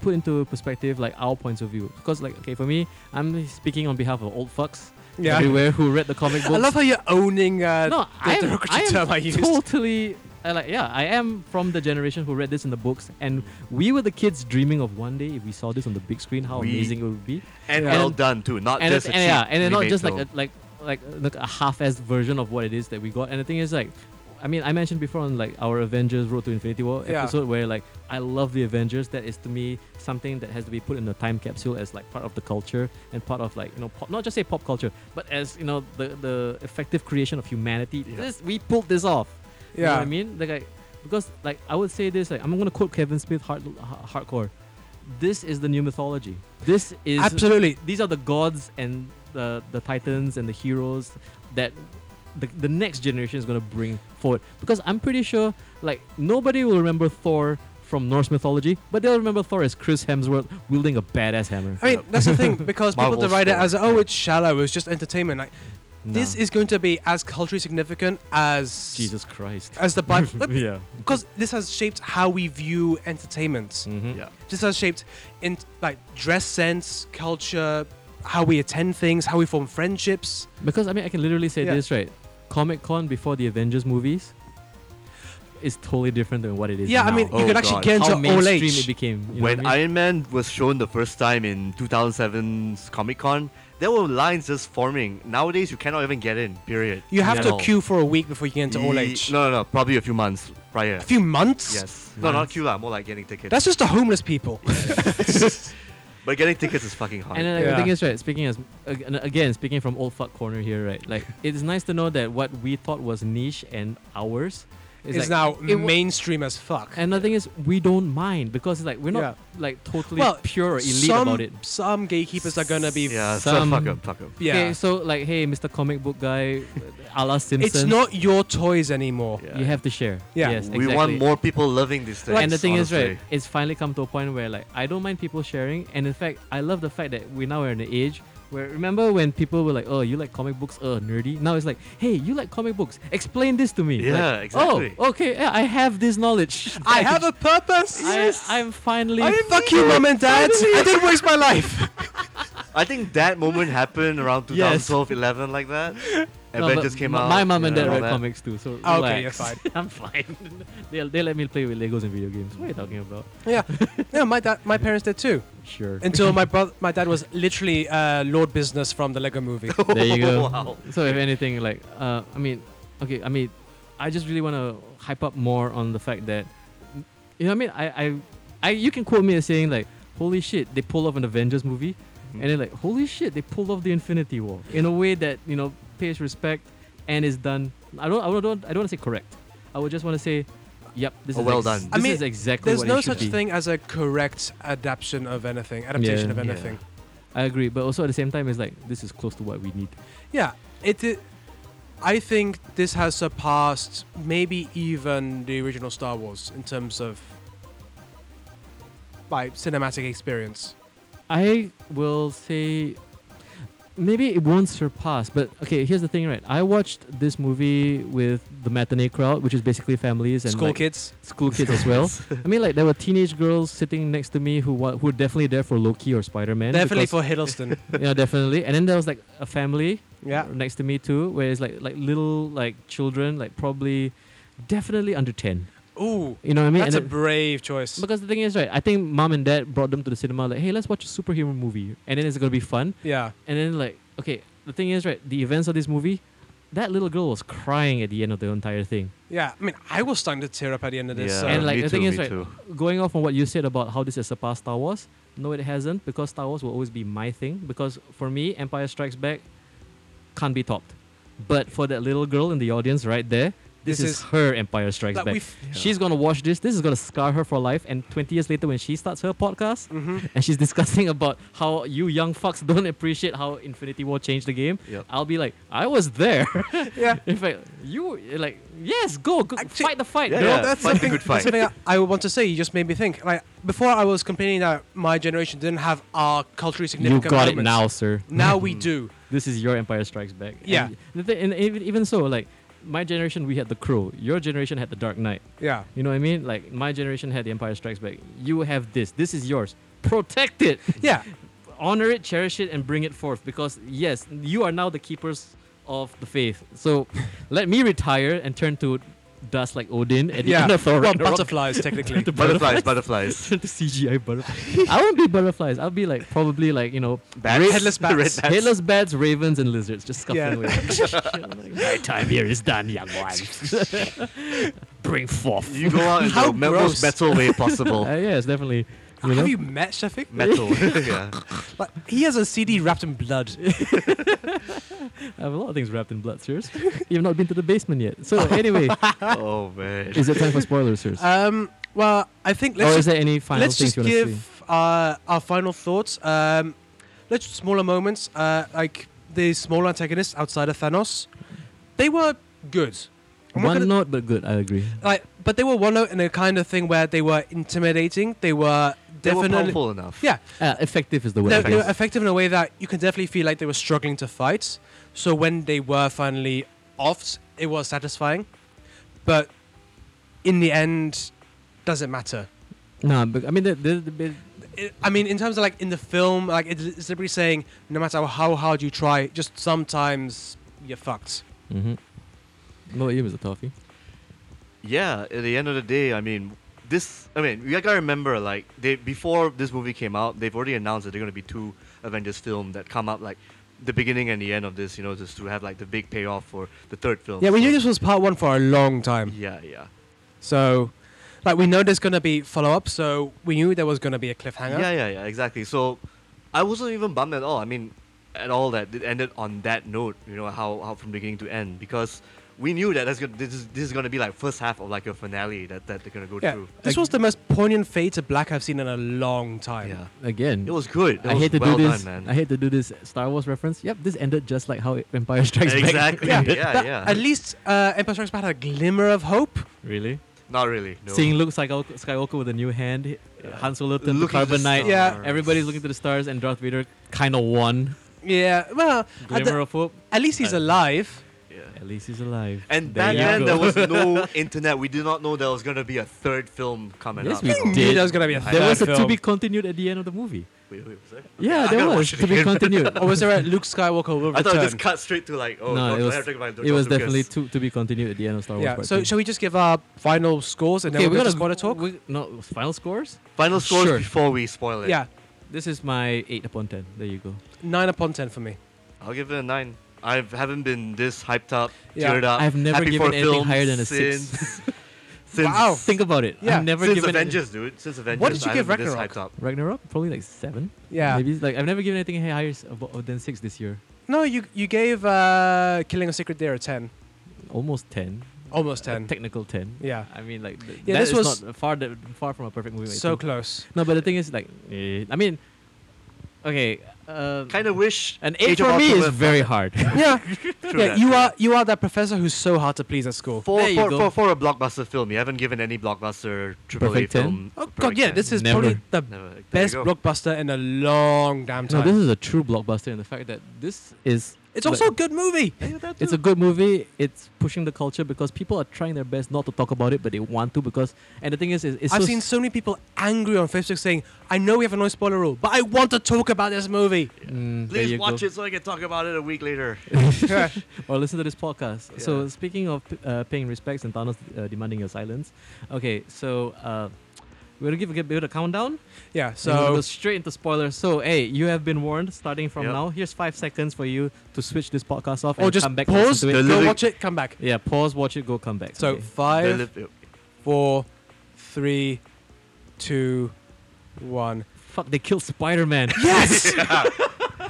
put into perspective like our points of view. Because, like, okay, for me, I'm speaking on behalf of old fucks Yeah. everywhere who read the comic I books. love how you're owning uh, no, the I am, derogatory I am term I used. totally. I like yeah, I am from the generation who read this in the books, and we were the kids dreaming of one day if we saw this on the big screen, how We- amazing it would be. and Yeah. well And- done too. Not and just Uh, it- a and yeah, cheap and then not remake just like film. a, like like like a half-assed version of what it is that we got. And the thing is like, I mean, I mentioned before on like our Avengers Road to Infinity War Yeah. episode where like I love the Avengers. That is to me something that has to be put in a time capsule as like part of the culture and part of like you know pop, not just say pop culture, but as you know the the effective creation of humanity. Yeah. This we pulled this off. You know yeah. what I mean? Like, I, because like I would say this, like I'm gonna quote Kevin Smith hard, ha- hardcore. This is the new mythology. This is Absolutely. these are the gods and the the titans and the heroes that the, the next generation is gonna bring forward. Because I'm pretty sure like nobody will remember Thor from Norse mythology, but they'll remember Thor as Chris Hemsworth wielding a badass hammer. I mean, that's the thing because people Marvel's deride it fault. as oh, it's shallow, it's just entertainment. Like Nah. this is going to be as culturally significant as Jesus Christ. as the Bible yeah. because this has shaped how we view entertainment. Mhm. yeah. This has shaped in like dress sense, culture, how we attend things, how we form friendships. Because I mean, I can literally say Yeah. this right: Comic Con before the Avengers movies is totally different than what it is. yeah, I now. mean, you Oh could actually God. get into how old mainstream it age. became. You when know what I, mean? Iron Man was shown the first time in 2007's Comic Con, there were lines just forming. Nowadays, you cannot even get in. Period. you have At to all. queue for a week before you get into old Ye- age. No, no, no. Probably a few months prior. A few months. Yes. No, not Months. queue lah. More like getting tickets. That's just the homeless people. but getting tickets is fucking hard. and then like, Yeah. the thing is right. Speaking as ag- and again, speaking from old fuck corner here, right? Like it's nice to know that what we thought was niche and ours is It's like, now it wa- mainstream as fuck. And the thing is, we don't mind because it's like we're not like totally Well, pure or elite some, about it. Some gatekeepers are gonna be. yeah, some- so fuck up, fuck up. yeah. Okay, so like, hey, Mr. Comic Book Guy, a la Simpson. it's not your toys anymore. Yeah. You have to share. Yeah. Yes, we want exactly. more people loving these things. and the thing is, right, honestly. it's finally come to a point where like I don't mind people sharing, and in fact, I love the fact that we now are in an age where remember when people were like, "Oh, you like comic books? Oh, nerdy." Now it's like, "Hey, you like comic books? Explain this to me." Like, Yeah, exactly. Oh, okay. Yeah, I have this knowledge. I have a purpose. I, I'm finally. I- fuck you, mom and dad. I didn't waste my life. I think that moment happened around Yes. 2012, 11, like that. No, but Avengers came m- out. My mom you and know, dad all read that. comics too, so Ah, relax. okay, you're fine. I'm fine. they they let me play with Legos and video games. What are you talking about? Yeah, no, my dad, my parents did too. Sure. Until my brother, my dad was literally uh, Lord Business from the Lego Movie. there you go. Wow. So if anything, like, uh, I mean, okay, I mean, I just really want to hype up more on the fact that, you know, what I mean, I, I, I, you can quote me as saying like, holy shit, they pulled off an Avengers movie, and then like, holy shit, they pulled off the Infinity War in a way that you know pays respect and is done. I don't, I don't, I don't want to say correct. I would just want to say, yep, this Oh, is well ex- done. This I mean, is exactly There's what no it should such be. thing as a correct adaptation of anything. Adaptation Yeah. of anything. I agree, but also at the same time, it's like this is close to what we need. Yeah, it. i- I think this has surpassed maybe even the original Star Wars in terms of like cinematic experience. I will say maybe it won't surpass, but okay, here's the thing, right? I watched this movie with the matinee crowd, which is basically families and School like, kids. school kids as well. I mean, like there were teenage girls sitting next to me who wa- who were definitely there for Loki or Spider Man. Definitely for Hiddleston. yeah, definitely. And then there was like a family yeah. next to me too, where it's like like little like children, like probably definitely under ten. Ooh, You know what I mean? that's a And then- brave choice. because the thing is, right? I think mom and dad brought them to the cinema, like, hey, let's watch a superhero movie, and then it's gonna be fun. yeah. And then like, okay, the thing is, right? The events of this movie, that little girl was crying at the end of the entire thing. Yeah, I mean, I was starting to tear up at the end of this. Yeah, so- And, like, me the too, thing is, me right, too. Going off on what you said about how this has surpassed Star Wars, no, it hasn't, because Star Wars will always be my thing. Because for me, Empire Strikes Back can't be topped. But for that little girl in the audience right there, this, This is, is- her Empire Strikes like, Back. we've- She's gonna watch this. This is gonna scar her for life. And 20 years later, when she starts her podcast, Mhm. and she's discussing about how you young fucks don't appreciate how Infinity War changed the game, Yep. I'll be like, I was there. Yeah. In fact, you like, yes, go, go Actually- fight the fight. Yeah, girl." yeah. that's fight the something, good that's fight. something I I would want to say. You just made me think. Like before, I was complaining that my generation didn't have our culturally You significant. got it moments. now, Mm. sir. Now we do. This is your Empire Strikes Back. Yeah. And, the thi- and even, even so, like, my generation, we had The Crow. Your generation had The Dark Knight. Yeah. You know what I mean? Like, my generation had The Empire Strikes Back. You have this. This is yours. Protect it. Yeah. honor it, cherish it, and bring it forth. Because yes, you are now the keepers of the faith. So let me retire and turn to dust like Odin at the Yeah. end of Thor Well, Ragnarok. butterflies technically. The Butterflies, butterflies. butterflies. Turn to CGI butterflies. I won't be butterflies. I'll be like probably like you know Bats? Headless bats. Red bats. headless bats, ravens, and lizards just Yeah. scuffling away. My time here is done, young one. bring forth. You go out into How the most gross. metal way possible. Uh, yes, definitely. You know? Have you met Shafiq? metal. yeah. Like, he has a CD wrapped in blood. I have a lot of things wrapped in blood, sirs. You've not been to the basement yet. So anyway, Oh man. is it time for spoilers, sirs? Um. Well, I think let's or is just, there any final let's things just you want to say? give uh, our final thoughts. Um, let's smaller moments. Uh, like the smaller antagonists outside of Thanos, they were good. I'm not One gonna- note, but good. I agree. like but they were one note in a kind of thing where they were intimidating they were They were definitely powerful enough. yeah Uh, effective is the word. they, I they were guess. effective in a way that you can definitely feel like they were struggling to fight so when they were finally offed it was satisfying but in the end doesn't matter no, but I mean, the, the, the, it, I mean, in terms of like in the film, like it's it's literally saying, no matter how hard you try, just sometimes you're fucked. Mm-hmm. What about you, Mr. Toffee? yeah, at the end of the day, I mean, this. I mean, we gotta remember, like, they before this movie came out, they've already announced that they're gonna be two Avengers film that come out like the beginning and the end of this. You know, just to have like the big payoff for the third film. Yeah, we So- knew this was part one for a long time. Yeah, yeah, So, like, we know there's gonna be follow up. So we knew there was gonna be a cliffhanger. yeah, yeah, yeah. Exactly. So, I wasn't even bummed at all. I mean, at all that it ended on that note. You know how how from beginning to end because. We knew that that's gonna, this, is, this is going to be like first half of like a finale that, that they're going to go Yeah, through. this was the most poignant fade to black I've seen in a long time. Yeah, Again, it was good. It I was hate to well do this. Done, man. I hate to do this Star Wars reference. Yep, this ended just like how Empire Strikes Back. exactly. Yeah, yeah, but yeah. At least uh, Empire Strikes Back had a glimmer of hope. Really? Not really. No. Seeing Luke Skywalker, Skywalker with a new hand, Yeah. Han Solo turned to Looking at the carbonite. Yeah. stars. Everybody's looking to the stars, and Darth Vader kind of won. Yeah, well, at, Glimmer the, of hope. at least he's Uh, alive. Yeah. At least he's alive. And There back you then, go. there was no internet. We did not know there was going to be a third film coming Yes, up. we so- did. Knew there was gonna be a There There third was a to film. be continued at the end of the movie. Wait, wait, was there? Yeah, I there gotta was watch it Oh, to be again. continued. or was there a Luke Skywalker will return? I thought it just cut straight to like, oh, No, George- it was- I have to go back to it was George definitely Lucas. to, to be continued at the end of Star Wars. yeah. Part So two. shall we just give our final scores and okay, then we're we'll gonna go to spoiler talk? We, no final scores. Final scores Sure. before we spoil it. Yeah, This is my eight upon ten. There you go. nine upon ten for me. I'll give it a nine. I haven't been this hyped up, Yeah. teared up. I've never Uh, happy given for a anything film higher than a six. since, since, Wow. Think about it. Yeah, I've never Since given it- Avengers, dude. Since Avengers. did you I give haven't been this Ragnarok? hyped up. Ragnarok probably like seven. Yeah. Maybe like I've never given anything higher s- abo- than six this year. No, you you gave uh, Killing a Secret Deer a ten, Almost ten. almost A ten. technical ten. yeah, I mean like th- Yeah, that this is was- not far that far from a perfect movie. I so think. close. No, but the thing is like eh, I mean, okay. Uh, Kind of wish. an Age eight of for me is Ultron- very hard. yeah, True yeah. that, You true are you are that professor who's so hard to please at school. For, There you for, go. for, for a blockbuster film, you haven't given any blockbuster AAA Perfect Ten? film. Oh god, perfect yeah. 10. This is Never. probably the Never. There you best go. blockbuster in a long damn no, time. this is a true blockbuster, and the fact that this is it's also a like- good movie. It's a good movie. It's pushing the culture because people are trying their best not to talk about it, but they want to because. And the thing is, it's, it's I've so seen s- so many people angry on Facebook saying, "I know we have a no spoiler rule, but I want to talk about this movie." Mm, there Please you watch go. it so I can talk about it a week later. or listen to this podcast. So Yeah. speaking of p- uh, paying respects and Thanos uh, demanding your silence. Okay, so uh, we're gonna give a bit of a countdown. Yeah. So we'll So go straight into spoilers. So hey, you have been warned. Starting from Yep. now, here's five seconds for you to switch this podcast off or and Oh, just uh, come back and pause, listen to The it. li- go living- watch it, come back. yeah, pause, watch it, go, come back. So Okay. They five, live- yeah. four, three, two, one. fuck, they killed Spider Man. Yes.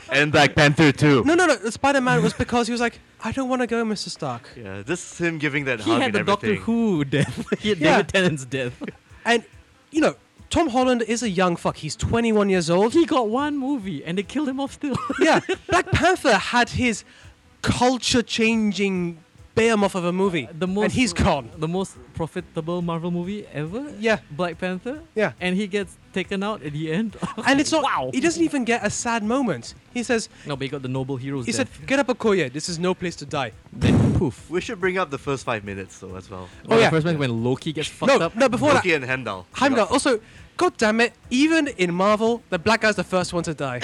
and Black Panther too. no, no, no. Spider Man was because he was like, I don't want to go, Mister Stark. Yeah, this is him giving that he hug had and the Doctor everything. Who death. he had Yeah. David Tennant's death. And you know, Tom Holland is a young fuck. He's 21 years old. he got one movie and they killed him off still. yeah, Black Panther had his culture-changing behemoth of a movie, Uh, The most and he's gone. the most profitable Marvel movie ever. Yeah. Black Panther. Yeah. And he gets taken out at the end. And it's not. Wow. He doesn't even get a sad moment. He says, No, but he got the noble heroes. he said, "Get up, Okoye. This is no place to die." then poof. We should bring up the first five minutes though as well. Oh, yeah. The first one when Loki gets fucked No, up. no. Before Loki that, and Heimdall. Heimdall. Also, god damn it! Even in Marvel, the black guy's the first one to die.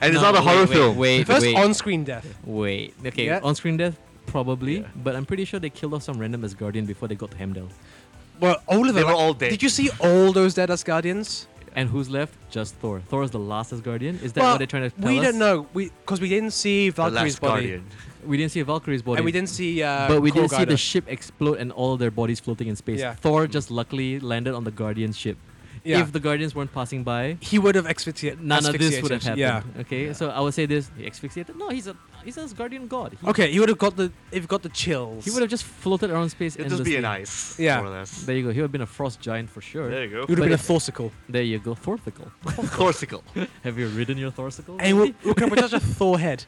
And it's No, not a wait, horror wait, film. Wait, First wait, on-screen death. wait. Okay, Yeah. on-screen death probably, Yeah. but I'm pretty sure they killed off some random Asgardian before they got to Hemdell. Well, all of They them. were all dead. Did you see all those dead Asgardians? And who's left? Just Thor. Thor is the last Asgardian. Is that Well, what they're trying to tell We us? don't know. We because we didn't see The Valkyrie's Last body, Guardian. We didn't see a Valkyrie's body. and we didn't see. Uh, but we did see the Korg ship explode and all their bodies floating in space. Yeah. Thor just luckily landed on the Guardian ship. either. yeah. If the Guardians weren't passing by, he would have asphyxiated. none of this would have happened. asphyxiated, Okay, so I would say this: he asphyxiated. No, he's a he's a Guardian god. He, Yeah. Okay, he would have got the. If got the chills. he would have just floated around space It'd just be an ice. endlessly. Yeah. More or less. There you go. He would have been a frost giant for sure. There you go. It would have but been a it- Thorsicle. There you go, Thorficle. Corsical. have you ridden your Thorsicle? And we'll, we'll come with such a Thor head.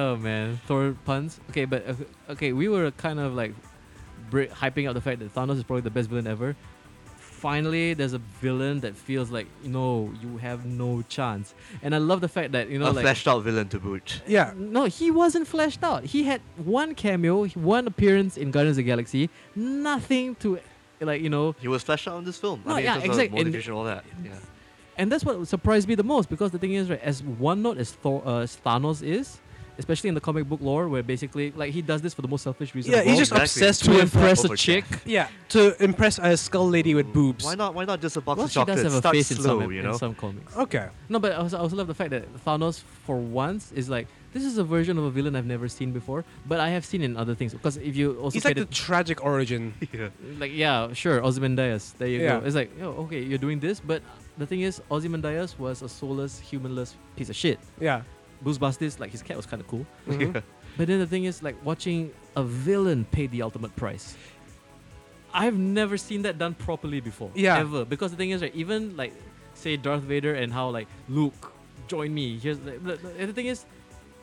oh man, Thor puns. Okay, but uh, okay, we were kind of like bri- hyping up the fact that Thanos is probably the best villain ever. Finally, there's a villain that feels like no, you have no chance. And I love the fact that you a know, like fleshed out villain to boot. Yeah. no, he wasn't fleshed out. He had one cameo, one appearance in Guardians of the Galaxy, nothing to like you know. He was fleshed out in this film. No, I mean, yeah, in terms of exact- and- motivation, all that. Yeah. and that's what surprised me the most because the thing is, right, as one note as, Thor, uh, as Thanos is, especially in the comic book lore, where basically like he does this for the most selfish reason. Yeah, of he's all, just obsessed to with impress Proper a chick. Yeah, to impress a skull lady with boobs. Why not? Why not just a box Well, of she chocolates? does have a Start face slow, in some you in know. some comics. Okay. No, but I also, I also love the fact that Thanos, for once, is like this is a version of a villain I've never seen before, but I have seen in other things. Because if you also He's like pay the tragic origin. yeah. like yeah, sure, Ozymandias. There you Yeah. go. It's like, yo, okay, you're doing this, but the thing is, Ozymandias was a soulless, humanless piece of shit. Yeah. Bruce Bastis, like his cat was kind of cool, Mhm. but then the thing is, like watching a villain pay the ultimate price. I've never seen that done properly before. Yeah. Ever. Because the thing is, right, even like say Darth Vader and how like Luke, join me. Here's the, the, the, the thing is,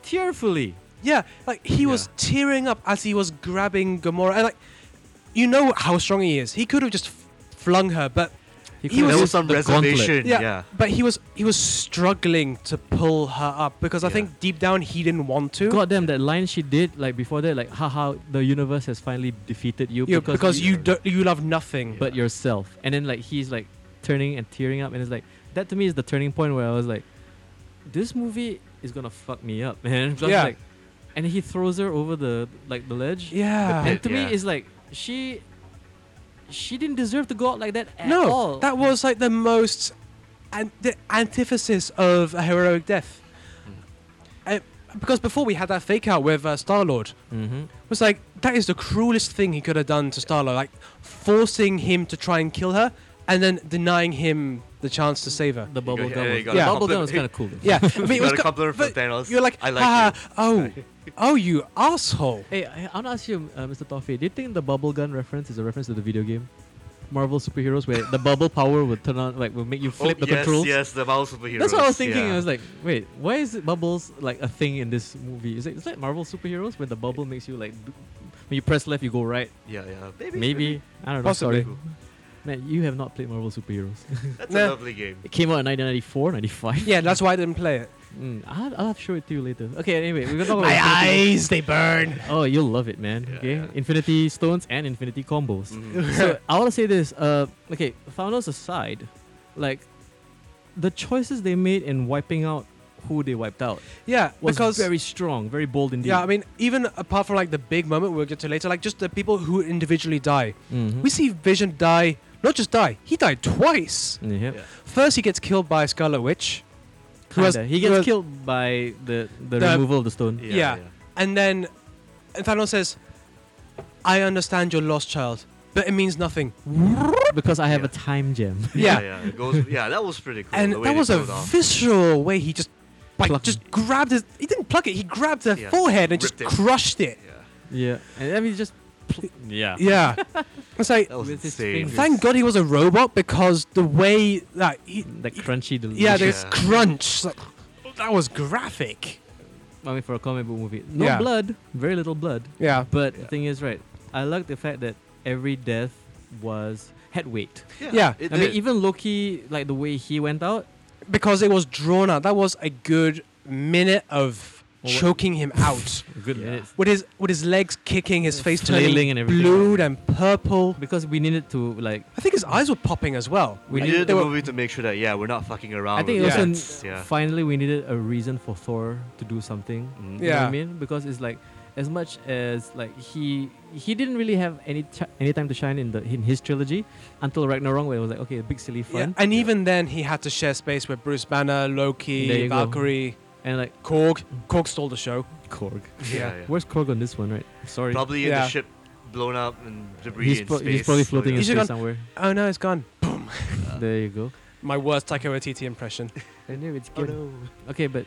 tearfully. Yeah, like he was Yeah. tearing up as he was grabbing Gamora, and like you know how strong he is. He could have just f- flung her, but He could've was- There was used some the gauntlet. reservation. yeah, yeah. but he was he was struggling to pull her up because I Yeah. think deep down he didn't want to. God damn that line she did like before that like haha the universe has finally defeated you You know, because, you don't, you love nothing. but Yeah. yourself and then like he's like turning and tearing up and it's like that to me is the turning point where I was like this movie is gonna fuck me up man Because, Yeah. like, and he throws her over the like the ledge yeah, and to Yeah. me it's like she she didn't deserve to go out like that at no, all that was like the most and the antithesis of a heroic death. Uh, because before we had that fake out with uh, Star Lord, mm-hmm. was like that is the cruelest thing he could have done to Starlo, like forcing him to try and kill her and then denying him the chance to save her. the got- bubble yeah, gum you was, got the a bubble gum compliment. was kind of cool Yeah, I mean, it You was got a co- compliment from but Thanos. you're like, I like ah, you. oh, oh, you asshole. Hey, I, I want to ask you, uh, Mr. Toffee, do you think the bubble gun reference is a reference to the video game? Marvel superheroes where the bubble power would turn on, like, will make you flip oh, the yes, controls? yes, the mouse superheroes. That's what I was thinking. Yeah. I was like, wait, why is it bubbles like a thing in this movie? Is it, is it Marvel superheroes when the bubble makes you like, do- when you press left, you go right? yeah, yeah. Maybe. Maybe. I don't know. Possibly. Sorry. Man, you have not played Marvel superheroes. That's a Nah. lovely game. it came out in 1994, 95. Yeah, that's why I didn't play it. Mm, I'll, I'll show it to you later. Okay, anyway, we're going to talk about My Infinity- eyes, they burn. Oh, you'll love it, man. Yeah, okay, yeah. Infinity Stones and Infinity Combos. Mhm. so I want to say this. Uh, okay, Thanos aside, like the choices they made in wiping out who they wiped out Yeah, was because very strong, very bold indeed. yeah, I mean, even apart from like the big moment we'll get to later, like just the people who individually die. Mhm. We see Vision die, not just die. He died twice. Yeah. Yeah. First, he gets killed by Scarlet Witch, Who was- Kinda. he who gets was- killed by the, the The- removal of the stone. Yeah, Yeah. yeah. And then Thanos says, I understand your lost child, but it means nothing. Because I have Yeah. a time gem. yeah, Yeah. yeah. It goes, yeah, that was pretty cool. And the way that they was a pulled it off. visceral way he just like Plucked. just grabbed his he didn't pluck it, he grabbed her Yeah, forehead and just ripped it. crushed it. Yeah, yeah. And I mean just pl- yeah. Yeah. it's like that was With his insane. fingers. thank God he was a robot because the way that he, That crunchy delicious. Yeah, there's Yeah. crunch. Like, that was graphic. I mean for a comic book movie. No Yeah. blood, very little blood. Yeah. But Yeah. the thing is, right, I like the fact that every death was had weight. Yeah. it I mean, did. even Loki, like the way he went out, Because it was drawn out. That was a good minute of Well, what- choking him out. good Yeah. minutes. with his with his legs kicking, his face turning Flailing and everything. blue and purple. Because we needed to like, I think his eyes were popping as well. we We I- needed they the were- movie to make sure that yeah, we're not fucking around. I think it with Yeah. also the effects, yeah. finally we needed a reason for Thor to do something. Mhm. You know what Yeah. I mean? Because it's like, as much as like he he didn't really have any ti any time to shine in the in his trilogy until Ragnarok, where it was like okay, big silly yeah, fun, and even then, he had to share space with Bruce Banner, There Loki, you go. Valkyrie, and like Korg. Korg stole the show. Korg. Yeah, yeah. Where's Korg on this one, right? Sorry, Probably in Yeah. the ship, blown up and debris he's, in pro- space. he's probably floating Oh, in You should space go- somewhere. Oh no, it's gone. Uh, There you go. My worst Taika Waititi impression. I knew it's Oh, yeah. good. Okay, but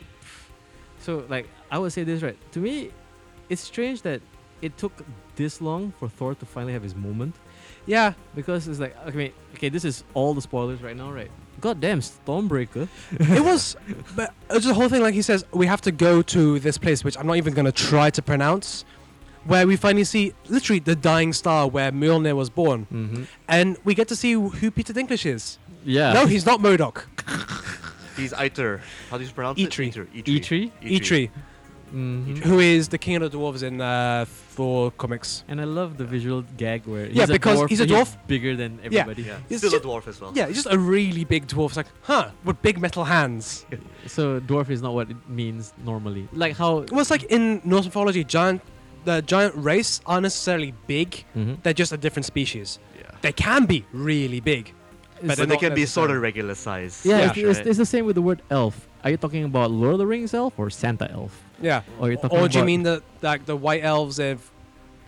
so like I would say this right. To me, it's strange that it took this long for Thor to finally have his moment Yeah, because it's like okay, wait, okay, this is all the spoilers right now, right? Goddamn, Stormbreaker. it was. But it was the whole thing, like he says, we have to go to this place, which I'm not even going to try to pronounce, where we finally see literally the dying star where Mjolnir was born, Mm-hmm. and we get to see who Peter Dinklage is. Yeah. No, he's not Modoc. He's Iter. How do you pronounce Eitri. it? E Eitri. E3. E Eitri. Eitri. Mhm. who is the king of the dwarves in uh, Thor comics. And I love the visual gag where Yeah, he's because a dwarf, he's a and dwarf. bigger than everybody. Yeah. It's Still just- a dwarf as well. Yeah, he's just a really big dwarf. It's like, huh, with big metal hands. So dwarf is not what it means normally. Like how Well, it's like in Norse mythology, giant, the giant race aren't necessarily big. Mhm. They're just a different species. Yeah. They can be really big. But, they're they not can be sort necessarily- of regular size. Yeah, It's, right? it's, it's the same with the word elf. Are you talking about Lord of the Rings elf or Santa elf? Yeah. Or you're talking Or about Oh, do you mean the like the white elves of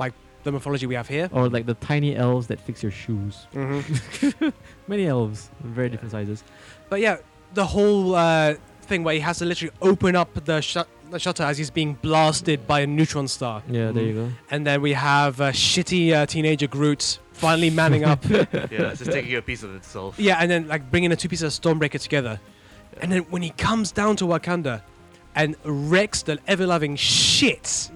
like the mythology we have here? or like the tiny elves that fix your shoes? Mm-hmm. Many elves, very different sizes. But yeah, the whole uh, thing where he has to literally open up the, shut the shutter as he's being blasted by a neutron star. Yeah, there you go. And then we have uh, shitty uh, teenager Groot finally manning up. yeah, it's just taking a piece of itself. Yeah, and then like bringing the two pieces of Stormbreaker together. And then when he comes down to Wakanda and wrecks the ever loving shit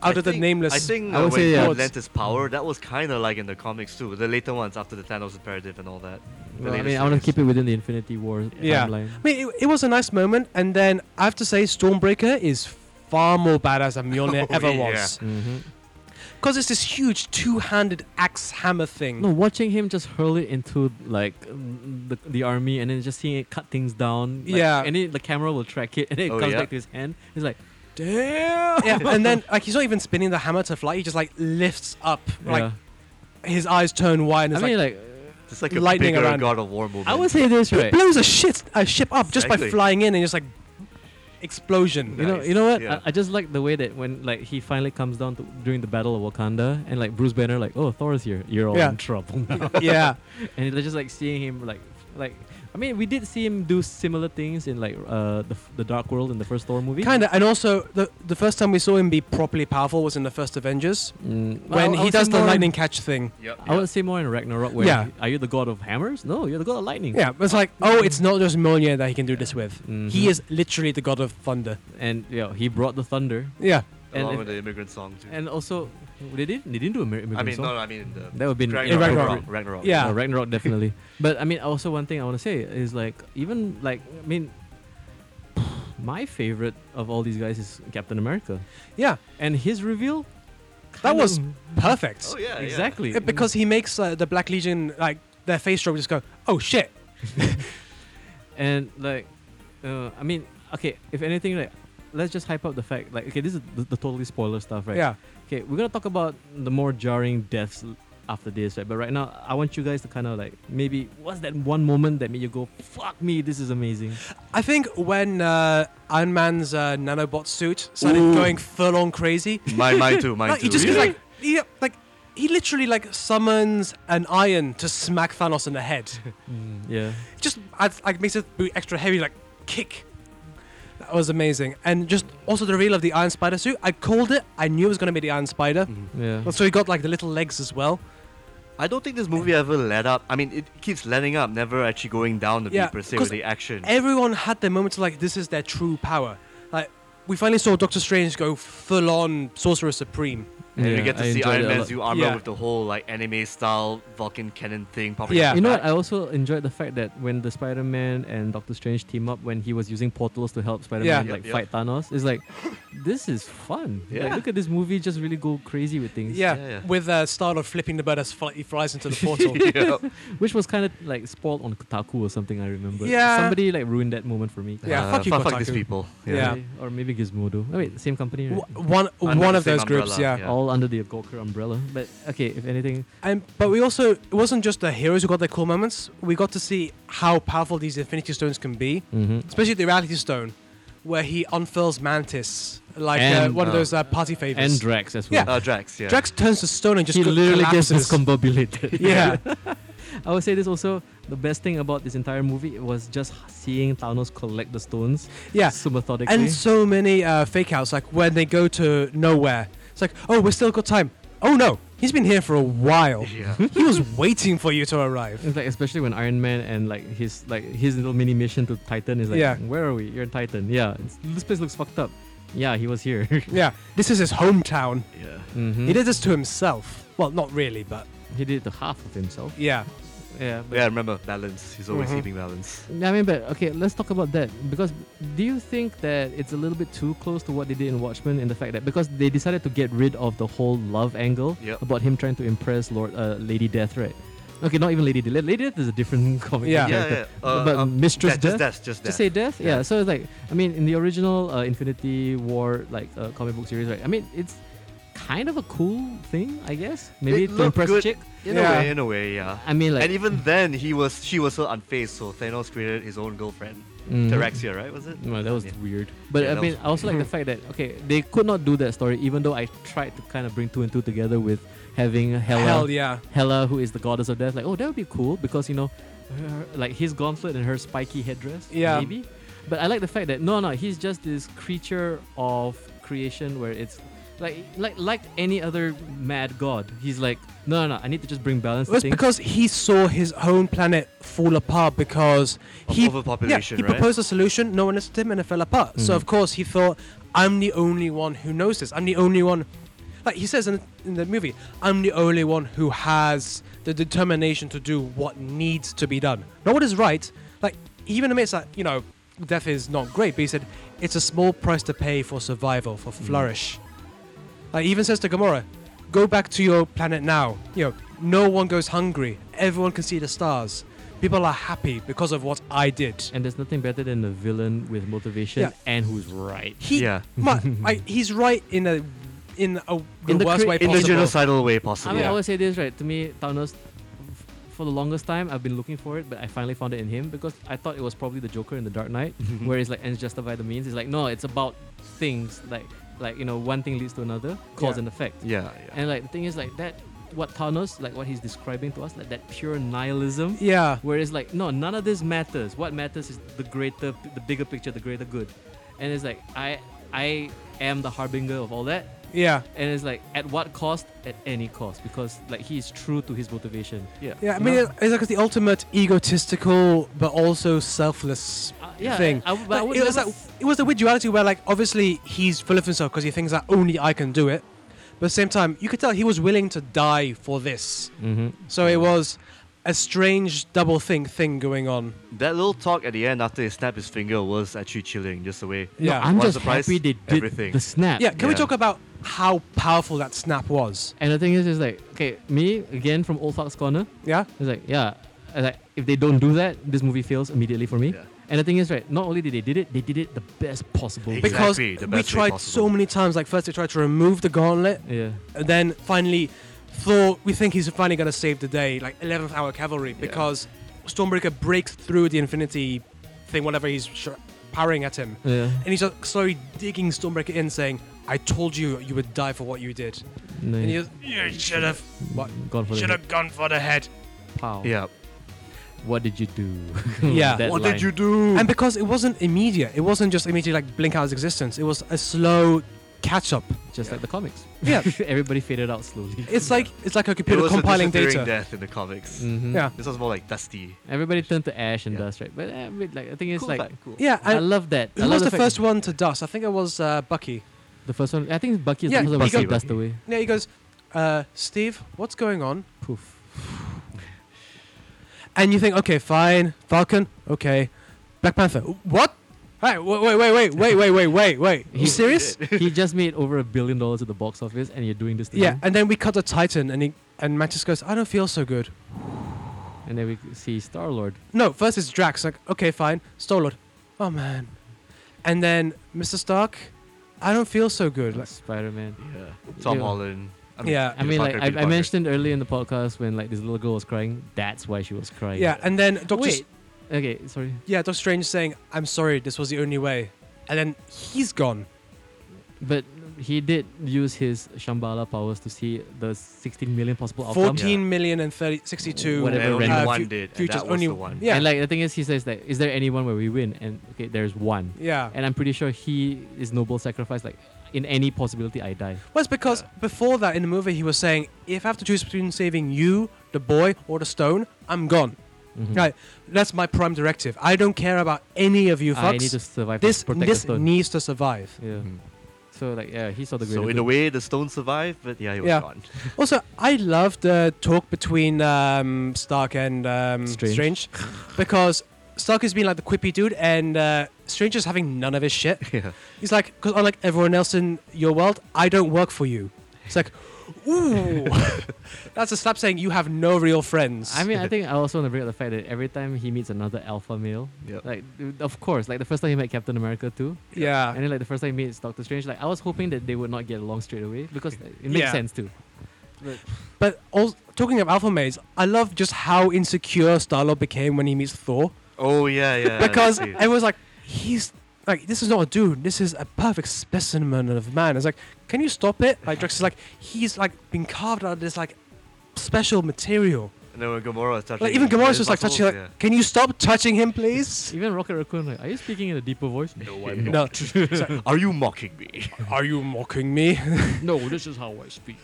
out I of the think- nameless. I think I uh, would when say, yeah. God lent his power, that was kind of like in the comics too. The later ones after the Thanos imperative and all that. The Well, I later mean, I want to series. keep it within the Infinity War Yeah. timeline. I mean, it, it was a nice moment, and then I have to say, Stormbreaker is far more badass than Mjolnir Oh, ever yeah. was. Mhm. Mm-hmm. Because it's this huge two handed axe hammer thing. No, watching him just hurl it into like mm, the, the army and then just seeing it cut things down. like, Yeah. and then the camera will track it and then it Oh, comes yeah. back to his hand. It's like, Damn! Yeah, and then like he's not even spinning the hammer to fly, he just like lifts up, like yeah. his eyes turn wide, and I it's mean, like, like, It's like a lightning bigger around. God of War movie. I would say this He right. blows a shit a ship up just by Exactly. flying in and just like explosion. You know, Nice. you know what? Yeah. I, I just like the way that when like he finally comes down to during the Battle of Wakanda, and like Bruce Banner, like, oh, Thor's here. You're all Yeah. in trouble now. yeah, and it's just like seeing him, like, like. I mean, we did see him do similar things in like uh, the, f- the Dark World in the first Thor movie. kind of. And also, the the first time we saw him be properly powerful was in the first Avengers Mm, well, when I- I he would say does the more in- lightning catch thing. Yep, I would say more in Ragnarok. Where Yeah. he- are you the god of hammers? No, you're the god of lightning. Yeah, but it's like, oh, it's not just Mjolnir that he can do this with. He Mhm. is literally the god of thunder. and yeah, he brought the thunder. Yeah, yep. along and- with the immigrant song too. And also, they didn't. They didn't do a Mir- I Immigrant mean, Song. no, no, I mean the That would be Ragnarok. Ragnarok. Ragnarok. Ragnarok. Yeah. Uh, Ragnarok definitely. but I mean, also one thing I want to say is like even like I mean, my favorite of all these guys is Captain America, yeah, and his reveal. That kinda- was perfect. Oh yeah, yeah. exactly Uh, because he makes uh, the Black Legion like their face drop just go, oh shit. and like, uh, I mean, okay, if anything, like, let's just hype up the fact like okay, this is the, the totally spoiler stuff, right? Yeah, Okay, we're gonna talk about the more jarring deaths l- after this, right? But right now, I want you guys to kind of like maybe what's that one moment that made you go, "Fuck me, this is amazing." I think when uh, Iron Man's uh, nanobot suit started Ooh. going full on crazy, Mine, mine too, mine like, too. he just yeah. goes like, he, like he literally like summons an iron to smack Thanos in the head. Mm. yeah. just adds, like makes it be extra heavy, like kick. That was amazing, and just also the reveal of the Iron Spider suit. I called it. I knew it was gonna be the Iron Spider. Mhm. Yeah. So he got like the little legs as well. Mm-hmm. I don't think this movie ever let up. I mean, it keeps letting up, never actually going down the Yeah, beat per se 'cause with the action. Everyone had their moments of, like this is their true power. Like we finally saw Doctor Strange go full on Sorcerer Supreme. and you get to I see enjoyed it Iron a Man's lot. new armor Yeah. with the whole like anime style Vulcan cannon thing popping. Yeah. out You know the what? I also enjoyed the fact that when the Spider-Man and Doctor Strange team up, when he was using portals to help Spider-Man Yeah. like Yep, fight Thanos, it's like, this is fun. Like, Yeah. look at this movie just really go crazy with things. Yeah, Mm-hmm. Yeah, yeah. with uh, Star Lord flipping the bird as fly- he flies into the portal. back. Yep. Which was kind of like spoiled on Kotaku or something. I remember. Yeah. Somebody like ruined that moment for me. Yeah, Uh, fuck you, fuck, fuck Kotaku. these people. Yeah. Or maybe Gizmodo. Oh, wait, same company. Right? W- one Under one the of those same groups, umbrella, yeah. yeah. All under the Gawker umbrella. But okay, if anything, And but we also it wasn't just the heroes who got their cool moments. We got to see how powerful these Infinity Stones can be. mm-hmm. especially the reality stone where he unfurls mantis like And, uh, one of uh, those uh, party favors and Drax as well. Yeah. Uh, Drax. Yeah. drax turns to stone and just he co- literally gets collapses. discombobulated. yeah I would say this also. The best thing about this entire movie was just seeing Thanos collect the stones yeah so methodically. and so many uh, fake outs like when they go to nowhere it's like oh we've still got time oh no he's been here for a while Hmm? Yeah. he was waiting for you to arrive It's like especially when Iron Man and like his like his little mini mission to Titan is like, Yeah. where are we? You're in Titan. Yeah, it's, this place looks fucked up. Yeah, he was here. yeah this is his hometown yeah. Mhm. Mm-hmm. he did this to himself well not really but He did it to half of himself. yeah Yeah, but Yeah, remember balance. He's always Mm-hmm. Mhm. keeping balance. I mean, but okay, let's talk about that because do you think that it's a little bit too close to what they did in Watchmen in the fact that because they decided to get rid of the whole love angle Yep. about him trying to impress Lord uh, Lady Death, right? Okay, not even Lady Death. Lady Death is a different comic Yeah. Yeah, book yeah. character. Uh, but um, Mistress death, Death? Just death. Just death. Just say death, yeah. Yeah. So it's like, I mean, in the original uh, Infinity War like uh, comic book series, right? I mean, it's kind of a cool thing, I guess. Maybe It to looked impress good. chick. in Yeah. a way, in a way, yeah. I mean, like, hmm. and even then, he was she was so unfazed. So Thanos created his own girlfriend, Mhm. Taraxia, right? Was it? Well, that was Yeah. weird. But Yeah, I that mean, was I also like the fact that okay, they could not do that story, even though I tried to kind of bring two and two together with having Hela, Hell yeah. Hela, who is the goddess of death. Like, oh, that would be cool because you know, her, like his gauntlet and her spiky headdress. Yeah. Maybe. But I like the fact that no, no, he's just this creature of creation where it's like, like, like any other mad god. He's like, no, no, no I need to just bring balance. It to was things." because he saw his own planet fall apart because Of he overpopulation, yeah, he right? proposed a solution, no one listened to him, and it fell apart. So Mhm. of course he thought, I'm the only one who knows this. I'm the only one. Like he says in, in the movie, I'm the only one who has the determination to do what needs to be done, not what is right. Like he even admits that you know death is not great, but he said it's a small price to pay for survival, for flourish. Like he even says to Gamora, go back to your planet now. You know, no one goes hungry. Everyone can see the stars. People are happy because of what I did. and there's nothing better than a villain with motivation Yeah. and who's right. He, Yeah. Ma- I, he's right in a in a the In the worst cre- way in the possible. genocidal way I possible. mean, I Yeah. always say this, right? To me, Thanos, f- for the longest time, I've been looking for it, but I finally found it in him because I thought it was probably the Joker in the Dark Knight, where it's like ends justify the means. It's like no, it's about things like like you know one thing leads to another, cause Yeah. and effect. yeah, yeah. And like the thing is like that, what Thanos like what he's describing to us like that pure nihilism. Yeah, Where it's like no, none of this matters. What matters is the greater, the bigger picture, the greater good. And it's like I I am the harbinger of all that yeah, and it's like at what cost at any cost because like he is true to his motivation yeah. yeah. I mean, No. it's like it's the ultimate egotistical but also selfless. uh, yeah Thing. I, I, but I Like, would it was never like it was the weird duality where like obviously he's full of himself because he thinks that only I can do it, but at the same time you could tell he was willing to die for this. mm-hmm. So it was a strange double thing thing going on. That little talk at the end after he snapped his finger was actually chilling. Just the way. Yeah. i'm What's just the price? happy they did Everything. the snap Yeah, can we Yeah. talk about how powerful that snap was? and the thing is is like okay me again from old fox corner Yeah, it's like yeah I like if they don't do that this movie fails immediately for me Yeah. and the thing is right not only did they did it they did it the best possible way. Exact- because Exactly, the we best way tried possible. so many times. Like first they tried to remove the gauntlet, yeah and then finally Thor. We think he's finally gonna save the day, like 11th hour cavalry, Yeah. because Stormbreaker breaks through the Infinity thing, whatever he's sh- powering at him, yeah and he's just slowly digging Stormbreaker in, saying, "I told you you would die for what you did," no, and yeah. he goes, "You should have, what? gone for Should the have gone for the head." pow Yeah. what did you do Yeah. That What line. did you do? And because it wasn't immediate, it wasn't just immediately like blink out his existence. It was a slow catch up. just like the comics Yeah, everybody faded out slowly it's like it's like a it computer was compiling a disappearing data. death in the comics. Mhm. Yeah. This was more like dusty. Everybody turned to ash and Yeah. dust, right? But uh, but, like, I think it's cool like fact, cool. Yeah, I and love that. I who love was the fact- first one to dust? I think it was uh, Bucky. The first one. I think Bucky is Yeah, the first one Bucky, to dust away. Yeah, he goes, uh, Steve, what's going on? Poof. And you think, okay, fine, Falcon, okay, Black Panther, what? Hey, wait, wait, wait, wait, wait, wait, wait, wait, wait. You He serious? he just made over a billion dollars at the box office, and you're doing this to Yeah, him. and then we cut to Titan, and he and Mantis goes, I don't feel so good. And then we see Star Lord. No, first it's Drax, like, okay, fine, Star Lord, oh man, and then Mr. Stark, I don't feel so good. Like, Spider Man. Yeah. Tom Yeah. Holland. I Yeah. I Peter mean, Parker, like Peter I, I Parker. mentioned earlier in the podcast when like this little girl was crying. That's why she was crying. yeah, and then Doctor Wait. Okay. Sorry. Yeah, Doctor Strange saying, I'm sorry, this was the only way. And then he's gone. But he did use his Shambhala powers to see the 16 million possible outcomes. Yeah. 14 million and 30, 62. And Whatever only random- one fu- did. And futures, that was only- the one. yeah. And like the thing is, he says that is there anyone where we win? And okay, there's one. Yeah. And I'm pretty sure he is noble sacrifice. Like in any possibility, I die. Well, it's because Yeah. before that in the movie, he was saying, if I have to choose between saving you, the boy, or the stone, I'm gone. Mhm. Right. That's my prime directive. I don't care about any of you fucks. I need to survive. this to protect the this stone. needs Mm-hmm. to survive. yeah. Mhm. So like yeah, he saw the greater So in a good. way, the stone survived, but yeah, he was Yeah. gone. Also, I love the talk between um, Stark and um, Strange. Strange. because Stark is being like the quippy dude, and uh, Strange is having none of his shit. yeah. He's like, because unlike everyone else in your world, I don't work for you. It's like, ooh, that's a slap saying you have no real friends. I mean, I think I also want to bring up the fact that every time he meets another alpha male, Yep. like dude, of course, like the first time he met Captain America too, yeah, and then like the first time he meets Doctor Strange, like I was hoping that they would not get along straight away because like, it makes Yeah. sense too. But but also, talking of alpha males, I love just how insecure Star Lord became when he meets Thor. Oh yeah, yeah. I because see. everyone's like, he's like, this is not a dude. This is a perfect specimen of man. It's like, can you stop it? Like Drax is like, he's like been carved out of this like special material. and then when Gamora was touching, Like even his Gamora's just like muscles, touching. Like, yeah. can you stop touching him, please? even Rocket Raccoon, like, are you speaking in a deeper voice? No, I'm no. It's like, Are you mocking me? Are you mocking me? no, this is how I speak.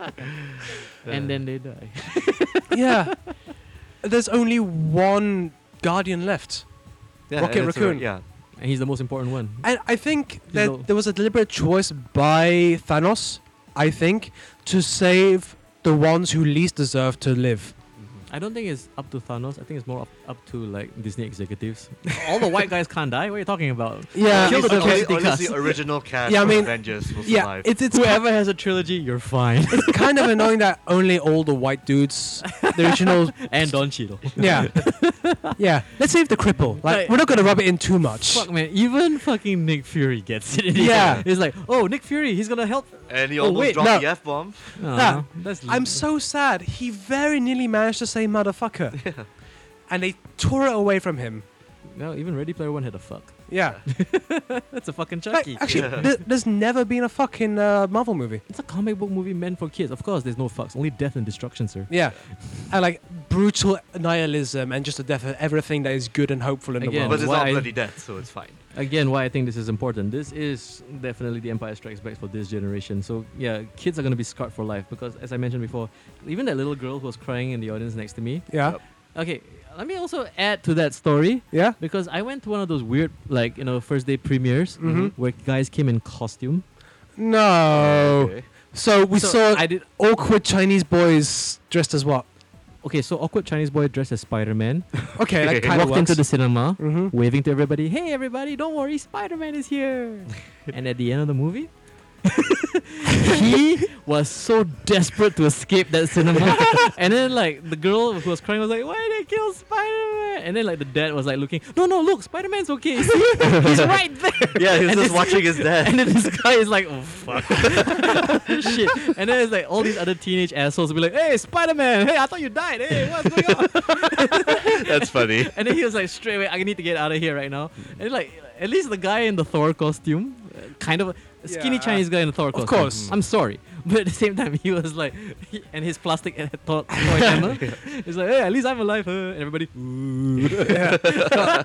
and then they die. yeah. There's only one guardian left. Yeah, Rocket and it's alright, Raccoon. Yeah. And he's the most important one. And I think No. that there was a deliberate choice by Thanos, I think, to save the ones who least deserve to live. I don't think it's up to Thanos. I think it's more up, up to like Disney executives. All the white guys can't die. What are you talking about? Yeah. Kill the At least- diversity or at least cast. the original cast Yeah, I of mean, Avengers will yeah, survive. it's it's Whoever has a trilogy, you're fine. it's kind of annoying that only all the white dudes, the original, and Don Cheadle. yeah, yeah. Let's save the cripple. Like Like- we're not gonna rub it in too much. Fuck man, even fucking Nick Fury gets it. in the Yeah. end. it's like, oh, Nick Fury, he's gonna help. and he Oh, almost wait, dropped no. the F bomb. Aw, Oh, that's I'm li- so sad. He very nearly managed to say motherfucker, and they tore it away from him. No, even Ready Player One had a fuck. Yeah, That's a fucking Like, Chucky. actually, Yeah. th- there's never been a fucking uh, Marvel movie. it's a comic book movie meant for kids. Of course, there's no fucks, only death and destruction, sir. Yeah, and like brutal nihilism and just the death of everything that is good and hopeful in Again, the But world. it's why- not bloody death, so it's fine. Again, why I think this is important. This is definitely the Empire Strikes Back for this generation. So yeah, kids are gonna be scarred for life because, as I mentioned before, even that little girl who was crying in the audience next to me. Yeah, Yep. Okay, let me also add to that story. yeah. Because I went to one of those weird, like, you know, first day premieres Mhm. where guys came in costume. Oh. No. Okay. So we So saw I did. awkward Chinese boys dressed as what? Okay, so awkward Chinese boy dressed as Spider Man Okay, that Walked kind of walked works. into the cinema, hmm waving to everybody, hey, everybody, don't worry, Spider Man is here. and at the end of the movie, he was so desperate to escape that cinema. and then, like, the girl who was crying was like, why did they kill Spider Man? And then, like, the dad was like, looking, no, no, look, Spider Man's okay. See? He's right there. Yeah, he was And just this- watching his And dad. then this guy is like, oh fuck, shit. And then it's like all these other teenage assholes will be like, hey, Spider Man, hey, I thought you died. Hey, what's going on? That's funny. and then he was like, straight away, I need to get out of here right now. And like, at least the guy in the Thor costume, uh, kind of a skinny Yeah. Chinese guy in the Thor costume. course. I'm sorry, but at the same time, he was like, he- and his plastic uh, to- toy hammer. He's like, hey, at least I'm alive. huh?" And everybody, ooh.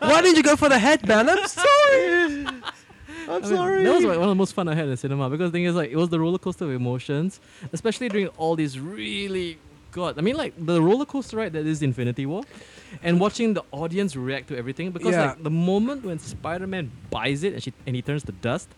Why did you go for the headband? I'm sorry. I'm I mean, That was like, one of the most fun I had in cinema because the thing is like it was the roller coaster of emotions, especially during all these really god. I mean like the roller coaster ride that is Infinity War, and watching the audience react to everything because Yeah. like the moment when Spider Man buys it and she and he turns to dust,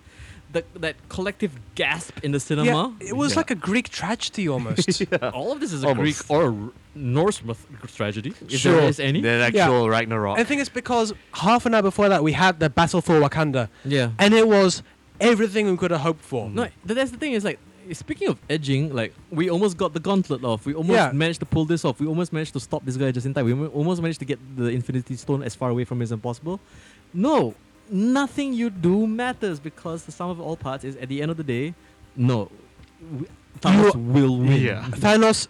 the, that collective gasp in the cinema. Yeah, it was like a Greek tragedy almost. all of this is a Almost. Greek or a R- Norse myth- tragedy, if Sure. there is any. Then Yeah. actual Ragnarok. I think it's because half an hour before that we had the battle for Wakanda, Yeah. and it was everything we could have hoped for. No, th- that's the thing. Is like speaking of edging, like we almost got the gauntlet off. We almost Yeah. managed to pull this off. We almost managed to stop this guy just in time. We almo- almost managed to get the Infinity Stone as far away from him as possible. No, nothing you do matters because the sum of all parts is at the end of the day. No, w- Thanos will win. Yeah. Thanos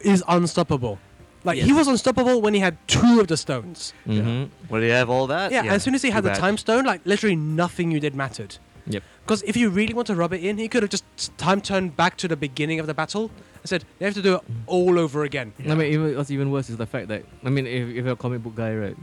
is unstoppable. Like he Yes. was unstoppable when he had two of the stones. Mhm. Well, they have all that. Yeah, as soon as he too had the bad. time stone, like literally nothing you did mattered. Yep. Because if you really want to rub it in, he could have just time turned back to the beginning of the battle and said, "They have to do it all over again." I mean, even, what's even worse is the fact that I mean, if, if you're a comic book guy, right?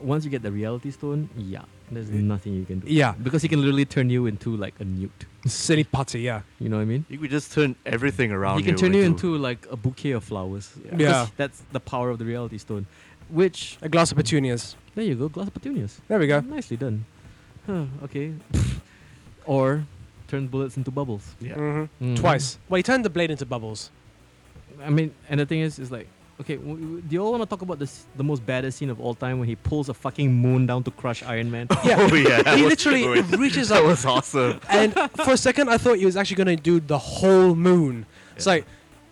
Once you get the Reality Stone, yeah, there's nothing you can do. Yeah, Because he can literally turn you into like a newt. silly putty. Yeah. You know what I mean? You could just turn everything around. He can turn you into like a bouquet of flowers. Yeah. Because Yeah. That's the power of the reality stone. Which A glass of petunias. there you go, glass of petunias. There we go. Nicely done. Huh, okay. or turned bullets into bubbles. Yeah. Mm-hmm. Mhm. Twice. Well, he turned the blade into bubbles. I mean, and the thing is, is like, okay, w- w- do you all want to talk about this, the most baddest scene of all time when he pulls a fucking moon down to crush Iron Man? Oh yeah. that he was- literally that reaches was- that up, was awesome. and for a second, I thought he was actually going to do the whole moon. It's Yeah. like,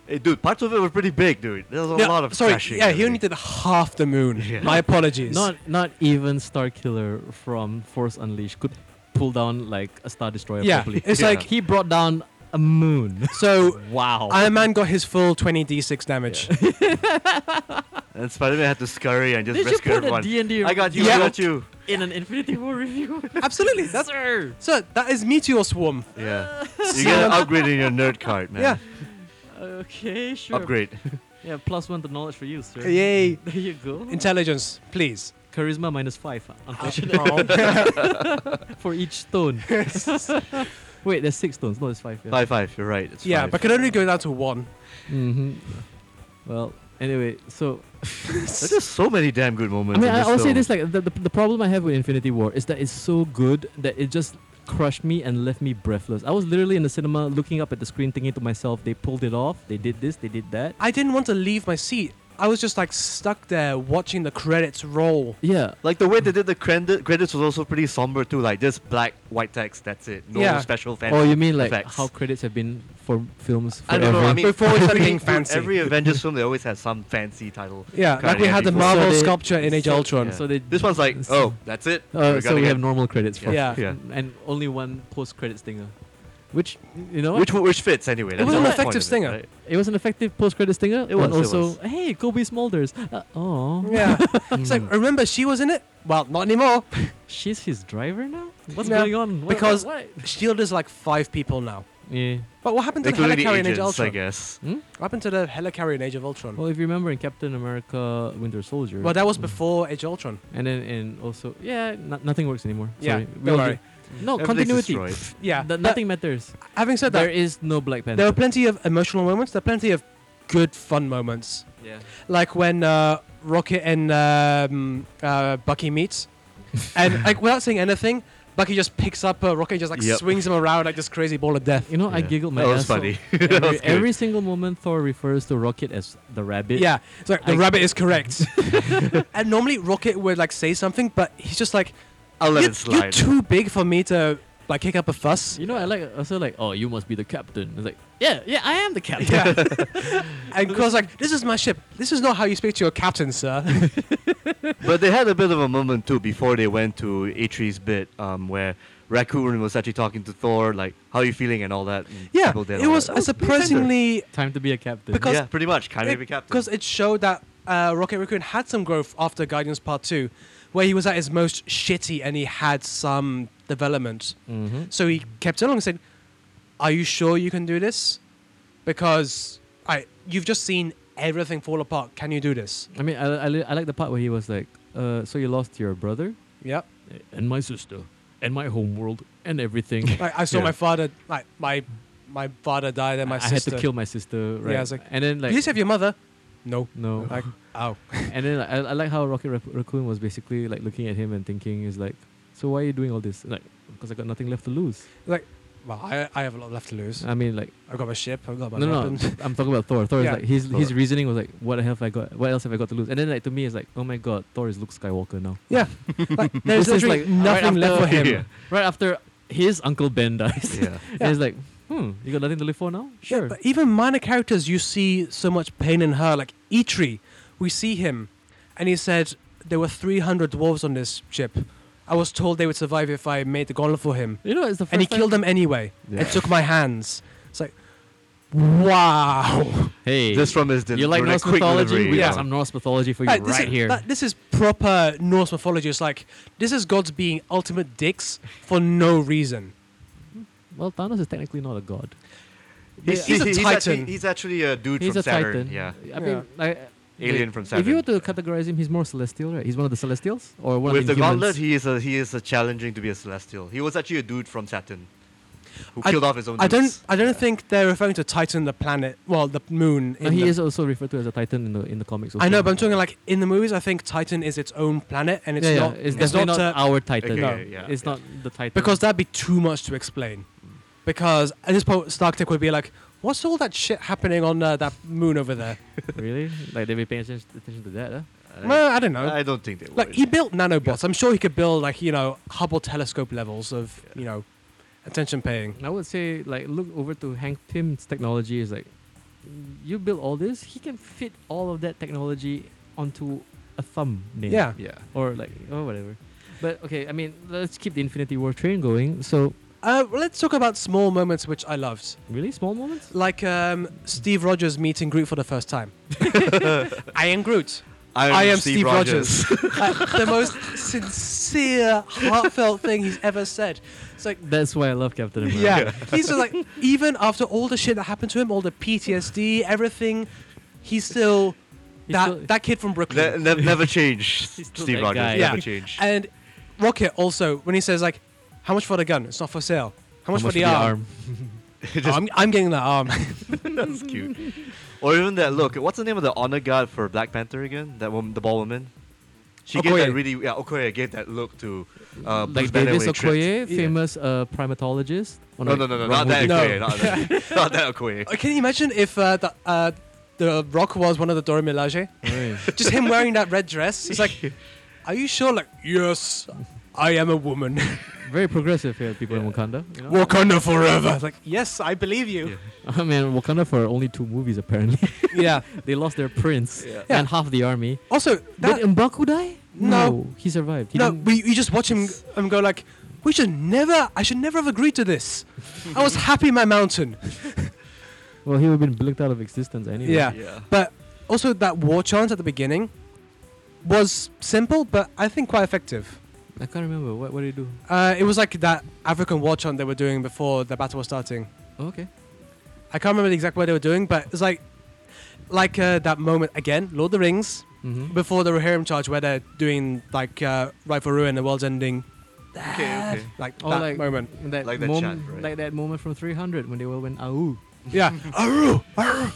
Hey, dude, parts of it were pretty big, dude. There was a no, lot of sorry, crashing. yeah, he and only everything. did half the moon. Yeah. My apologies. not, not even Star Killer from Force Unleashed could pull down like a Star Destroyer yeah, properly. it's Yeah. like He brought down a moon. so. wow. Iron Man got his full 20d6 damage. And Spider-Man had to scurry and just Did you rescue put a everyone. D&D I got you. Yeah. I got you. in an Infinity War review? Absolutely, that's Sir. so. That is Meteor Swarm. Yeah. You get an upgrade in your nerd card, man. Yeah. Okay, sure. Upgrade. Yeah, plus one to knowledge for you, sir. Yay! There you go. Intelligence, please. Charisma minus five, uh, unfortunately, for each stone. Wait, there's six stones. No, there's five. Yeah. Five five. You're right. It's yeah, five. but can only go down to one. Mm-hmm. Well, anyway, so There's just so many damn good I moments. mean, in I- this I'll say film. this: like the, the the problem I have with Infinity War is that it's so good that it just crushed me and left me breathless. I was literally in the cinema looking up at the screen, thinking to myself, "They pulled it off. They did this. They did that." I didn't want to leave my seat. I was just like stuck there watching the credits roll. Yeah, Like the way they did the credit, credits was also pretty somber too. Like just black white text. That's it. No Yeah. special Or fancy. Oh, you mean like effects. how credits have been for I films forever? don't know. I mean, Before it's every- anything fancy. Every Avengers film, they always have some fancy title. Yeah, like we Kinda had the handy. Marvel So they- sculpture in Age so- Ultron. yeah. So they This one's like, It's- oh, that's it. uh, so gonna we get- have normal credits for Yeah. Yeah. and only one post credits stinger, which you know Which which fits anyway. That's was the an whole point effective of it, stinger. right? it was an effective post credits stinger. It was, and it also was. hey Kobe Smulders. Uh, oh, Yeah. it's like, remember she was in it? Well, not anymore. she's his driver now. What's Yeah, going on? What- because- what- Shield is like five people now. yeah. But what happened to the Including the helicarrier in Age of agents, I Ultron? guess. Hmm? What happened to the helicarrier in Age of Ultron? Well, Well, if you remember in Captain America: Winter Soldier. that was Mm. before Age of Ultron. And then and also yeah, no, nothing works anymore. Yeah, Sorry. don't all worry. do- No Everything's Oh, continuity. destroyed. Yeah, Th- but nothing matters. Having said There that, is no Black Panther. there were plenty of emotional moments. There are plenty of good fun moments, yeah. like when uh, Rocket and um, uh, Bucky meet, and like without saying anything, Bucky just picks up uh, Rocket and just like Yep. swings him around like this crazy ball of death. You know, I Yeah. giggled my That was ass off. funny. Every, That was good. every single moment, Thor refers to Rocket as the rabbit. Yeah, it's like the I- rabbit is correct. and normally Rocket would like say something, but he's just like, I'll let "You're- it slide. "You're too big for me to like kick up a fuss." You know, I like also like, oh, you must be the captain. It's like, yeah, yeah, I am the captain. Yeah. and Quill's like, this is my ship. This is not how you speak to your captain, sir. but they had a bit of a moment too before they went to Atreus' bit, um, where Raccoon was actually talking to Thor, like, "How are you feeling?" and all that. and yeah, people did it all was Oh, that. a surprisingly. Time to be a captain. Because- yeah, pretty much. Kind of a captain. Because it showed that uh, Rocket Raccoon had some growth after Guardians Part 2, where he was at his most shitty and he had some development. mm-hmm. So he kept along and said, Are you sure you can do this? Because I, you've just seen everything fall apart. Can you do this? I mean, I, I, li- I like the part where he was like, uh, so you lost your brother Yep. and my sister and my homeworld and everything. Like, I saw Yeah. my father, like, my my father died and my I had sister. to kill my sister. Right? I was like, and then You like, at least have your mother. No. no. Like, ow. and then like, I, I like how Rocket Rac- Raccoon was basically like looking at him and thinking, is like, so why are you doing all this? Like, because I got nothing left to lose. Like, well, I, I have a lot left to lose. I mean, like. I've got my ship. I've got my no, weapons. no, I'm talking about Thor. Thor Yeah. is like his his Thor. reasoning was like, what the hell have I got? What else have I got to lose? And then like to me, it's like, oh my god, Thor is Luke Skywalker now. Yeah, like, there's This is literally like right nothing left after- for him. Yeah. Right after his uncle Ben dies, yeah. and it's like, hmm, you got nothing to live for now? Yeah, Sure. but even minor characters, you see so much pain in her. Like Eitri, we see him, and he said there were 300 dwarves on this ship. I was told they would survive if I made the gauntlet for him, you know, it's the first and he time- killed them anyway. Yeah. And took my hands. It's like, wow. Hey, Just from his del- you like from that Norse quick mythology? delivery, We you got know. some Norse mythology for you Like, right, this is, here. that- this is proper Norse mythology. It's like this is gods being ultimate dicks for no reason. well, Thanos is technically not a god. He's- he's a titan. Actually, he's actually a dude He's from a Saturn. titan. Yeah. I mean, Yeah. like, Alien from Saturn. If you were to categorize him, he's more celestial, right? He's one of the celestials or one With the of the Inhumans? gauntlet, he is a he is a challenging to be a celestial. He was actually a dude from Saturn, who I- killed off his own. I don't. dudes. I don't think they're referring to Titan, the planet. Well, the moon. No, in he the- is also referred to as a titan in the in the comics. Also. I know, but I'm talking like in the movies. I think Titan is its own planet, and it's yeah, not. yeah. It's, definitely not, not uh, our titan. Okay, No. yeah, it's yeah. not the titan because that'd be too much to explain. because at this point, Starktech would be like, "What's all that shit happening on uh, that moon over there?" really? Like they be paying attention, attention to that? Huh? well, I don't know. I don't think they would. like he built nanobots. I'm sure he could build like you know Hubble telescope levels of Yeah. you know attention paying. I would say like look over to Hank Tim's technology is like you build all this, he can fit all of that technology onto a thumbnail. Yeah. yeah. Or like or whatever. But okay, I mean let's keep the Infinity War train going. So Uh, well, let's talk about small moments which I loved, really small moments? like um, Steve Rogers meeting Groot for the first time. I am Groot. I am, I am Steve, Steve Rogers. Like, the most sincere, heartfelt thing he's ever said. It's like, That's why I love Captain America. yeah, he's just like, even after all the shit that happened to him, all the PTSD, everything, he's still He's that still- that kid from Brooklyn. Ne- ne- never change. He's still Steve that Rogers. guy. Never Yeah. change. and Rocket also, when he says like, "How much for the gun? It's not for sale. How much, for the, arm? Oh, I'm, I'm getting that arm. That's cute. Or even that look. What's the name of the honor guard for Black Panther again? That woman, the ball woman. She gave that Okoye. really. Yeah, Okoye gave that look to. Uh, Bruce Like Banner Davis when he tripped. Okoye, famous uh, primatologist. Or No, like, no, no, no, Ron Oh, not that Wood. No. Okoye. Not that, not that Okoye. Uh, Can you imagine if uh, the uh, the Rock was one of the Dora Milaje? Alright. Just him wearing that red dress. It's like, are you sure? Like, yes, I am a woman. Very progressive here, people in Wakanda. you know? Wakanda forever. It's like, yes, I believe Yeah. you. I mean, Wakanda for only two movies apparently. Yeah. they lost their prince Yeah. Yeah. and half the army. Also, that, Did Mbaku die? No. he survived. He uh, no, didn't- we, you just watch him and go like, we should never. I should never have agreed to this. I was happy in my mountain. well, he would have been blinked out of existence anyway. Yeah. Yeah. But also that war chant at the beginning was simple, but I think quite effective. I can't remember. What, what did he do? Uh, it was like that African war chant they were doing before the battle was starting. Oh, okay. I can't remember the exact what they were doing, but it's like like uh, that moment again, Lord of the Rings, Mm-hmm. before the Rohirrim charge, where they're doing like uh, right for ruin, the world's ending. Okay, okay. Like Oh, that like- moment. That Like that moment, chant, right? like that moment from 300 when they all went "Au." Yeah. Aru, aru.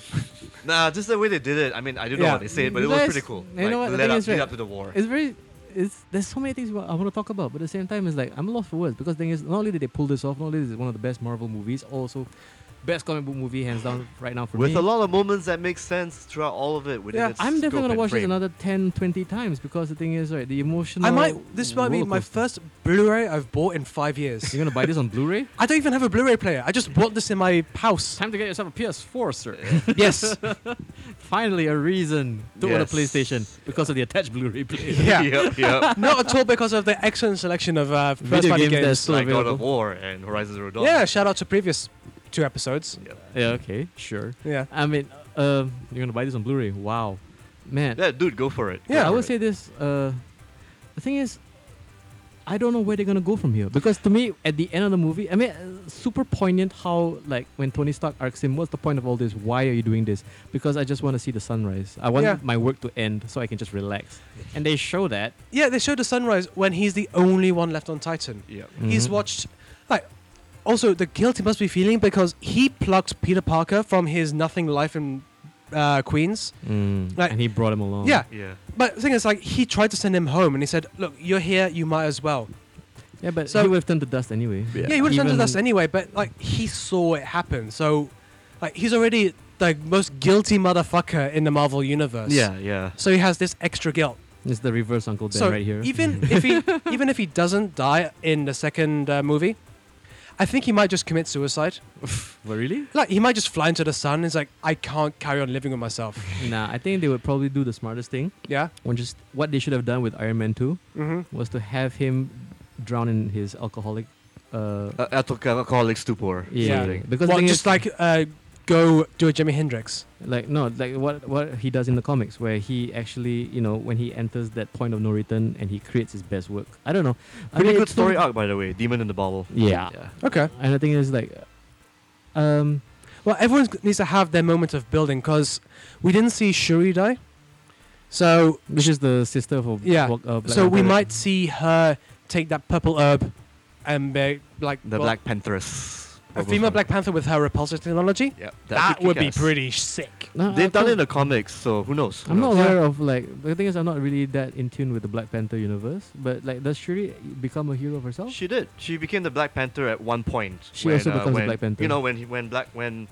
Nah, just the way they did it. I mean, I don't know Yeah. what they said, but it was That's- pretty cool. you know what, Like, led the thing up, is, lead right, up to the war. It's very, it's there's so many things wa- I want to talk about, but at the same time, it's like I'm lost for words because thing is, not only did they pull this off, not only is it one of the best Marvel movies, also best comic book movie hands down right now for With me. a lot of moments that make sense throughout all of it. Within Yeah, its I'm definitely going gonna to watch this another 10, 20 times because the thing is, right, the emotional. I might. This might be my rollercoaster. first Blu-ray I've bought in five years. You're gonna buy this on Blu-ray? I don't even have a Blu-ray player. I just bought this in my house. Time to get yourself a PS4, sir. yes. Finally, a reason to own a Yes. PlayStation because of the attached Blu-ray player. Yeah. yep, yep. Not at all because of the excellent selection of uh, first Video party games games. Still like God of available. War and Horizon Zero Dawn. Yeah, shout out to previous two episodes. Yep. Yeah. Okay. Sure. Yeah. I mean, um, you're gonna buy this on Blu-ray. Wow, man. Yeah, dude, go for it. Go Yeah, I for would it. say this. Uh, the thing is, I don't know where they're gonna go from here because to me, at the end of the movie, I mean, uh, super poignant how like when Tony Stark asks him, "What's the point of all this? Why are you doing this?" Because I just want to see the sunrise. I want Yeah. my work to end so I can just relax. And they show that. Yeah, they showed the sunrise when he's the only one left on Titan. Yep. He's Mhm. watched, like, also the guilt he must be feeling because he plucked Peter Parker from his nothing life in uh, Queens. Mm. Like- and he brought him along. Yeah, Yeah. but the thing is, like, he tried to send him home and he said, Look, you're here, you might as well. Yeah, but So- he would have turned to dust anyway. Yeah. Yeah, he would have done Even- to us anyway, but, like, he saw it happen. So, like, he's already the most guilty motherfucker in the Marvel Universe. Yeah, yeah. So he has this extra guilt. It's the reverse Uncle Ben so right here. even if he even if he doesn't die in the second uh, movie, I think he might just commit suicide. But really? Like he might just fly into the sun. And it's like I can't carry on living with myself. Nah, I think they would probably do the smartest thing, Yeah. which is what they should have done with Iron Man 2 Mm-hmm. was to have him drown in his alcoholic. Uh, Uh, alco- alcoholic stupor. yeah, something. because the well, thing just is, like uh, go do a Jimi Hendrix. like no, like what what he does in the comics, where he actually, you know, when he enters that point of no return and he creates his best work. I don't know. I Pretty mean, good it's so- story arc, by the way. Demon in the Bottle. Yeah. Yeah. Okay. and the thing is, like, um, Well, everyone needs to have their moment of building because we didn't see Shuri die, so which is the sister of Yeah. Wa- uh, Black so we Panther. might see her take that purple herb and be like The well, Black Panthers. A female Black Panther with her repulsor technology? Yeah, That would be kick-ass. pretty sick. No, I They've done it can't- in the comics, so who knows? Who I'm not knows? aware of like the thing is I'm not really that in tune with the Black Panther universe, but like does Shuri become a hero of herself? She did. She became the Black Panther at one point. She also becomes the when, Black Panther. You know when he when Black when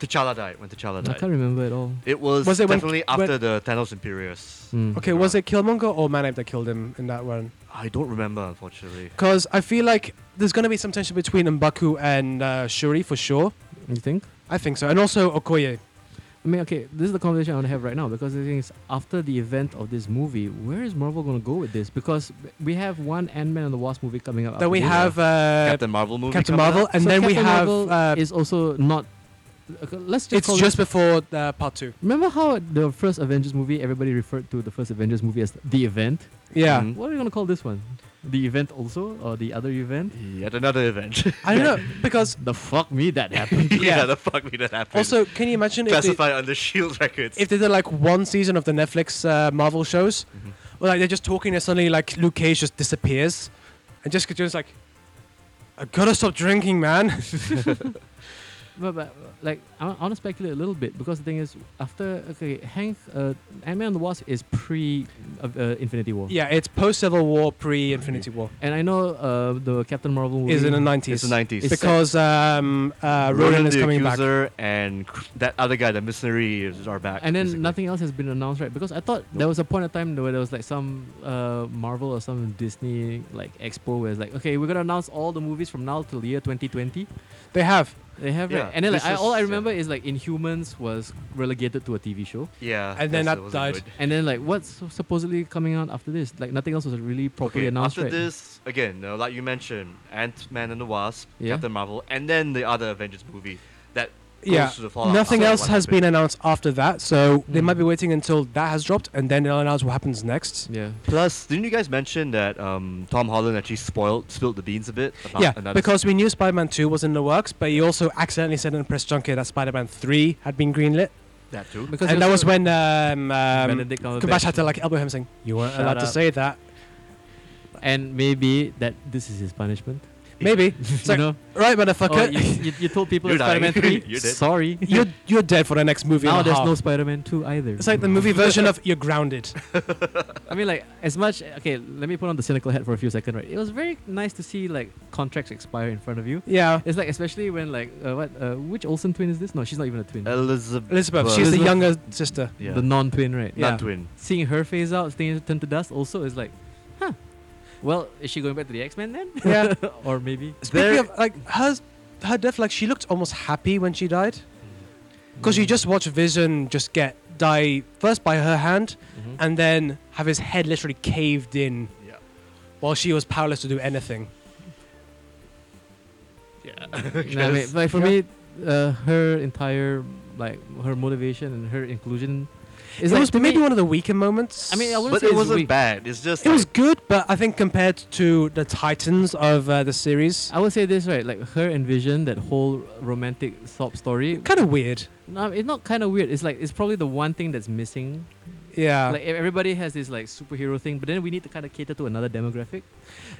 T'Challa died. When T'Challa I died. can't remember at all. It was, Was it when- definitely when- Hmm. after the Thanos Imperius. Mm. Okay, was it Killmonger or Manape that killed him in that one? I don't remember, unfortunately. Because I feel like there's going to be some tension between Mbaku and uh, Shuri for sure. You think? I think so. And also Okoye. I mean, okay, this is the conversation I want to have right now because the thing is, after the event of this movie, where is Marvel going to go with this? Because we have one Ant Man and the Wasp movie coming up. Then we after this. have uh, Oh, Captain Marvel movie. Captain coming Marvel, up? and So then we Captain have. Marvel Uh, is also not. okay, Let's just it's call it- just before uh, part two. Remember how the first Avengers movie, everybody referred to the first Avengers movie as the event? Yeah. Mhm. What are we going to call this one? The event also, or the other event? Yet another event. I don't know. Because The fuck me that happened. yeah. Yeah. the fuck me that happened. also, can you imagine if they, classified on the Shield records. if they did like one season of the Netflix uh, Marvel shows? Mhm. Well, like they're just talking and suddenly like Luke Cage just disappears, and Jessica Jones like, I gotta stop drinking, man. But, but like, I, want to speculate a little bit because the thing is, after okay, Hank, uh, Ant Man and the Wasp is pre uh, uh, Infinity War. yeah, it's post Civil War, pre Infinity War. And I know uh, the Captain Marvel movie Is in the Mm-hmm. it's nineties. the 90s. It's- because um, uh, Ronan Ronan is the coming back. Accuser and cr- that other guy, the Mercenary, is are back. And then basically. nothing else has been announced, right? Because I thought there was a point of time where there was like some uh, Marvel or some Disney like expo where it's like, okay, we're gonna announce all the movies from now till the year 2020. They have. They have, Yeah, right? And then like, this I, all I is- remember yeah. is like Inhumans was relegated to a TV show. Yeah. and then that's- that wasn't died. good. And then like what's supposedly coming out after this? Like nothing else was really properly Okay, announced, after right? this, again, uh, like you mentioned, Ant Man and the Wasp, Yeah. Captain Marvel, and then the other Avengers movie that goes Yeah. to the fallout. Nothing after else what has happened. been announced after that, so they Hmm. might be waiting until that has dropped, and then they'll announce what happens next. Yeah. Plus, didn't you guys mention that um, Tom Holland actually spoiled, spilled the beans a bit? About yeah, another because we knew Spider-Man Two was in the works, but he also accidentally said in a press junket that Spider-Man Three had been greenlit, that too. Because and that also was when um, um, Benedict Cumberbatch Cumberbatch had to like elbow him, saying, "You weren't Shut allowed to up. say that." and maybe that this is his punishment. Maybe. It's like, you know, right, Oh, motherfucker. you, you, you told people You're it's Spider-Man dying. three. You're dead. Sorry. you're you're dead for the next movie. now and a there's half. no Spider-Man two either. It's like the movie version of "You're grounded." I mean, like as much. Okay, let me put on the cynical hat for a few seconds. Right, it was very nice to see like contracts expire in front of you. Yeah, It's like especially when like uh, what uh, which Olsen twin is this? No, she's not even a twin. Elizabeth. Elizabeth. Well, she's the Elizabeth- younger sister. yeah. The non-twin, right? Yeah. non-twin. Seeing her phase out, things turn to dust. Also, is like, huh. Well, is she going back to the X Men then? Yeah. or maybe. Speaking There- of like her her death, like she looked almost happy when she died, because you just watch Vision just get die first by her hand, Mhm. and then have his head literally caved in Yeah. while she was powerless to do anything. No, I mean, Yes. like for Yeah. me, uh, her entire like her motivation and her inclusion. Is it like, was to maybe me, one of the weaker moments. I mean, I wouldn't But say it it's wasn't weak. bad. It's just it was like- good, but I think compared to the Titans of uh, the series, I would say this right, like her and Vision, that whole romantic sob story. kind of weird. No, it's not kind of weird. It's like it's probably the one thing that's missing. Yeah, like e- everybody has this like superhero thing, but then we need to kind of cater to another demographic.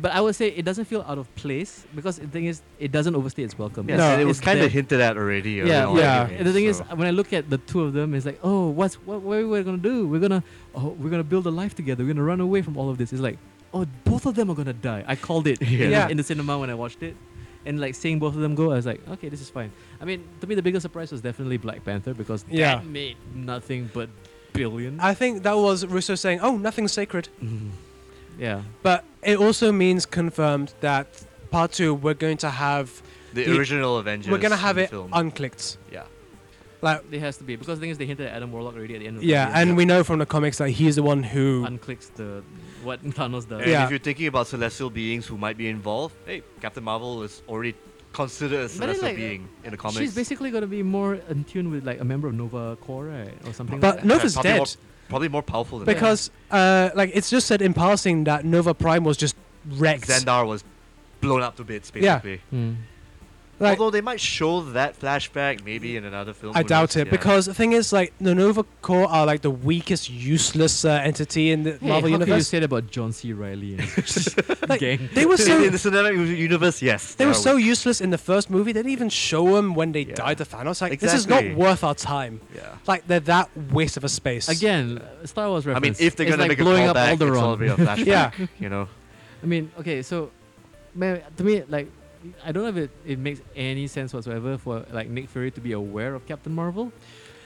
But I would say it doesn't feel out of place because the thing is, it doesn't overstay its welcome. Yes, No, and it was It's kind there. of hinted at already. yeah, early on yeah. anyway, And the thing is, so- when I look at the two of them, it's like, oh, what's what? What are we gonna do? We're gonna, oh, we're gonna build a life together. We're gonna run away from all of this. It's like, oh, both of them are gonna die. I called it in, Yeah. the, in the cinema when I watched it, and like seeing both of them go, I was like, okay, this is fine. I mean, to me, the biggest surprise was definitely Black Panther because Yeah. that made nothing but billion. I think that was Russo saying, "Oh, nothing's sacred." yeah, But it also means confirmed that part two we're going to have the, the- original Avengers. we're gonna have in the it film. Mm. unclicked. yeah. Like it has to be because the thing is, they hinted at Adam Warlock already at the end. of the yeah, movie. and we know from the comics that he's the one who unclicks the what Thanos does. And Yeah. if you're thinking about celestial beings who might be involved, hey, Captain Marvel is already considered a But then, celestial like, being in the comics. She's basically gonna be more in tune with like a member of Nova Corps, right, or something. But like that. Yeah, Nova's probably dead. More, probably more powerful than that. because uh like it's just said in passing that Nova Prime was just wrecked. Xandar was blown up to bits Yeah. basically. Mm. Like, Although they might show that flashback maybe in another film. I who doubt knows? it Yeah. because the thing is, like, the Nova Corps are like the weakest, useless uh, entity in the Hey, Marvel how could you universe. say that about John C. Riley and his Like, gang? They were in so the cinematic u- universe, yes, they are were so weak. useless in the first movie. They didn't even show them when they Yeah. died to Thanos. Like, this is not Exactly. worth our time. Yeah. Like, they're that waste of a space. Again, Star Wars I mean, reference. if they're It's gonna like make a blowing up callback, it's Alderaan. all be a flashback. Yeah. you know. I mean, okay, so man, to me, like, I don't know if it, it makes any sense whatsoever for like Nick Fury to be aware of Captain Marvel.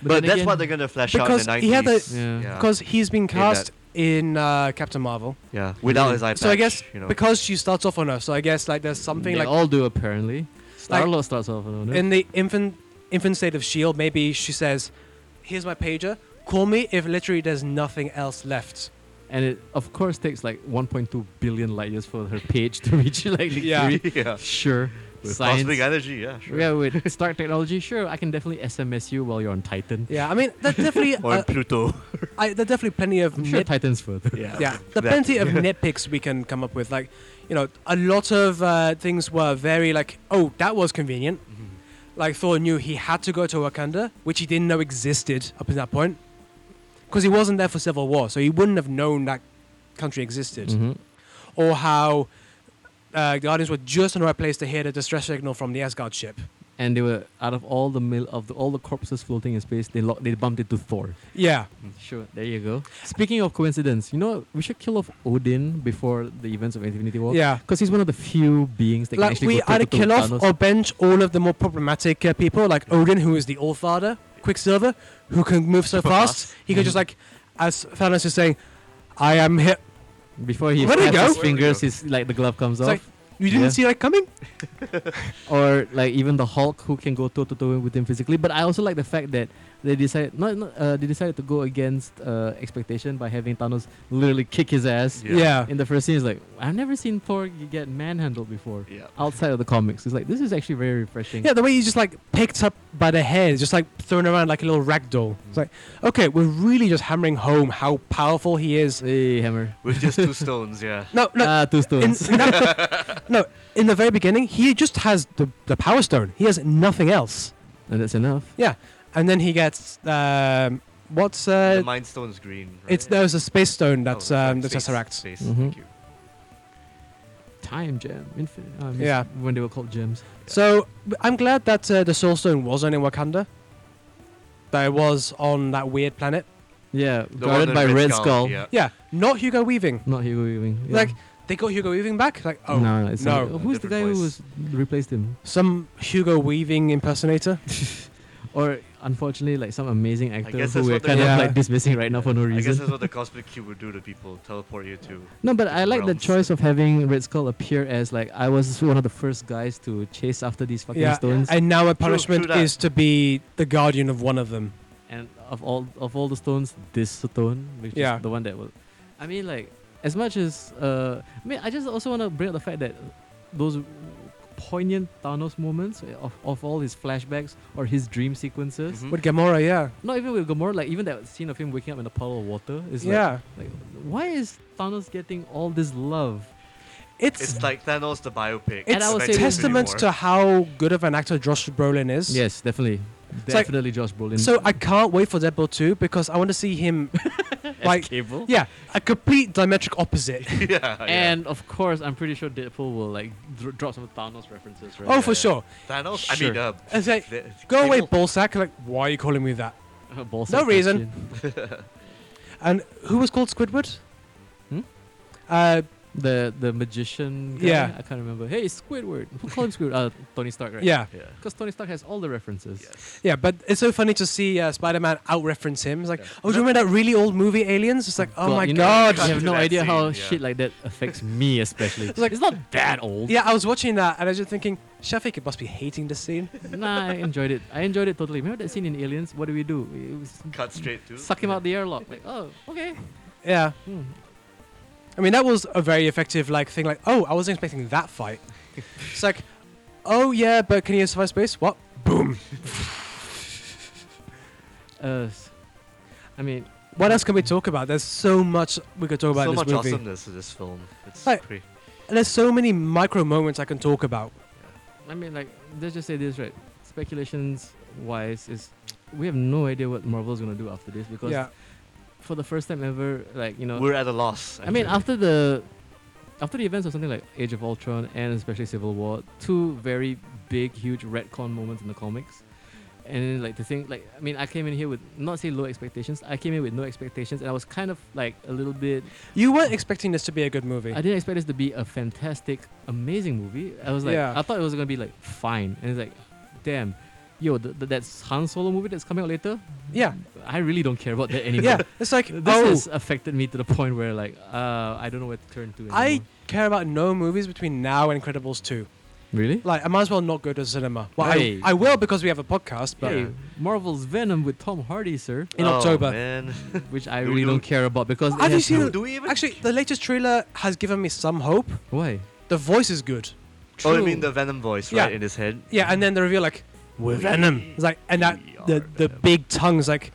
But then that's again- what they're gonna flash Because out in the he had the- nineties. Yeah. yeah. because he's been that. cast in uh, Captain Marvel. yeah, without his eye so I patch, guess you know. because she starts off on Earth, so I guess like there's something they like all do apparently. Star Lord starts off on it. in the infant infant state of Shield. Maybe she says, "Here's my pager. Call me if literally there's nothing else left." and it of course takes like 1.2 billion light years for her page to reach like Nick Yeah. Fury. yeah, Sure, with science. cosmic energy, yeah, sure. Yeah, with Stark technology, sure, I can definitely SMS you while you're on Titan. Yeah, I mean, there's definitely Or uh, Pluto. I, there's definitely plenty of I'm sure nit- Titan's further. Yeah, yeah, there are That- plenty of nitpicks we can come up with. Like, you know, a lot of uh, things were very like, oh, that was convenient. Mhm. Like Thor knew he had to go to Wakanda, which he didn't know existed up to that point, because he wasn't there for Civil War, so he wouldn't have known that country existed, Mhm. or how uh, Guardians were just in the right place to hear the distress signal from the Asgard ship. And they were out of all the mil- of the, all the corpses floating in space, they lo- they bumped into Thor. Yeah, Sure, there you go. Speaking of coincidence, you know what? we should kill off Odin before the events of Infinity War. yeah. because he's one of the few beings that can Like actually we go toe to either toe kill with off Thanos. or bench all of the more problematic uh, people, like Odin, who is the All Father, Quicksilver, who can move so Super fast. fast. He could just like, as Thanos is saying, "I am here." before he Where'd he snaps go? his Where'd he fingers, go? his like the glove comes It's off. like, You didn't Yeah. see that coming. or like even the Hulk who can go toe to toe with him physically. But I also like the fact that they decided not, not uh, they decided to go against uh, expectation by having Thanos literally kick his ass Yeah. Yeah. in the first scene. It's like I've never seen Thor get manhandled before yeah. outside of the comics. It's like this is actually very refreshing. Yeah, the way he's just like picked up by the hair, just like thrown around like a little rag doll. It's like, okay, we're really just hammering home how powerful he is. Hey, hammer. With just two stones, yeah. No, no, ah, two in, stones. in that- no. In the very beginning, he just has the, the power stone. He has nothing else. and that's enough. And then he gets um, what's uh, the Mind Stone's green. Right? It's there's a space stone Oh, that's sorry, um, the space, Tesseract. Space. Mhm. Thank you. Time gem. Infinite. I miss Yeah. When they were called gems. So b- I'm glad that uh, the Soul Stone wasn't in Wakanda. That it was on that weird planet. Yeah. The one guarded in by Red, Skull. Yeah. Yeah, not Hugo Weaving. Not Hugo Weaving. Yeah. Like they got Hugo Weaving back. Like oh, no, it's no. not- Who's the guy Different who voice. was replaced him? some Hugo Weaving impersonator. Or unfortunately, like some amazing actor guess who that's we're what they- kind Yeah. of like dismissing right now for no I guess reason. that's what the cosmic cube would do to people, teleport you to. No, but I like the realms. choice of having Red Skull appear as like I was one of the first guys to chase after these fucking Yeah. stones, And now my punishment that. is to be the guardian of one of them. and of all of all the stones, this stone, which Yeah. is the one that was. I mean, like as much as uh, I mean, I just also want to bring up the fact that those poignant Thanos moments of, of all his flashbacks or his dream sequences, Mhm. With Gamora, yeah, not even with Gamora, like even that scene of him waking up in a puddle of water is like yeah. Like, why is Thanos getting all this love? It's It's it's, like Thanos the biopic. And I would Avengers say- testament Infinity to War. how good of an actor Josh Brolin is. Yes, definitely, It's like- definitely Josh Brolin. So I can't wait for Deadpool 2 because I want to see him as like Cable. Yeah, a complete diametric opposite. yeah, yeah. And of course, I'm pretty sure Deadpool will like dr- drop some Thanos references, right? oh, for yeah. sure. Thanos. I Sure. mean, uh, It's like, the- go away, Cable- ballsack. Like, why are you calling me that? Uh, Ballsack No reason. question. And who was called Squidward? Hmm? Uh, The the magician. Guy, Yeah. I can't remember. Hey, Squidward. Who called him Squidward? Uh, Tony Stark, right? yeah, Yeah. Because Tony Stark has all the references. Yes. yeah. But it's so funny to see uh, Spider-Man out-reference him. It's like, Yeah. oh, do you remember that really old movie Aliens? It's like, oh my you know, god. You have no That idea how scene, yeah. shit like that affects me, especially. it's, like- not that old. Yeah, I was watching that and I was just thinking, Shafiq must be hating this scene. Nah, I enjoyed it. I enjoyed it totally. Remember that scene in Aliens? What do we do? We- we s- Cut straight to. suck him out the airlock. Like, oh, okay. Yeah, Hmm. I mean that was a very effective like thing. Like, oh, I wasn't expecting that fight. it's like, oh yeah, but can you survive space? What? Boom. Uh, s- I mean, What else can we talk about? There's so much we could talk about so in this much movie. awesomeness to this film. It's Like- pretty. And there's so many micro moments I can talk about. Yeah. I mean, like, let's just say this, right? Speculations wise, is we have no idea what Marvel's gonna do after this because yeah. for the first time ever, like, you know, We're at a loss. I mean, actually. after the after the events of something like Age of Ultron and especially Civil War, two very big, huge retcon moments in the comics. And then, like to think, like I mean, I came in here with not say low expectations. I came in with no expectations, and I was kind of like a little bit. You weren't expecting this to be a good movie. I didn't expect this to be a fantastic, amazing movie. I was like, Yeah. I thought it was gonna be like fine, and it's like, damn, yo, th- th- that Han Solo movie that's coming out later. Yeah. I really don't care about that anymore. yeah, it's like this oh, has affected me to the point where like uh, I don't know where to turn to. Anymore. I care about no movies between now and Incredibles two. really. Like, I might as well not go to the cinema. Well, Hey. I, I will because we have a podcast, but Hey, Marvel's Venom with Tom Hardy, sir, in Oh, October. man. which I You- really you- don't care about because it Have you has seen no- it? do we even? actually, the latest trailer has given me some hope. why? The voice is good. oh, I True. mean the Venom voice, Yeah. right, in his head. Yeah, and then the reveal like we're Venom. It's like and that We the are the Venom. big tongue's like,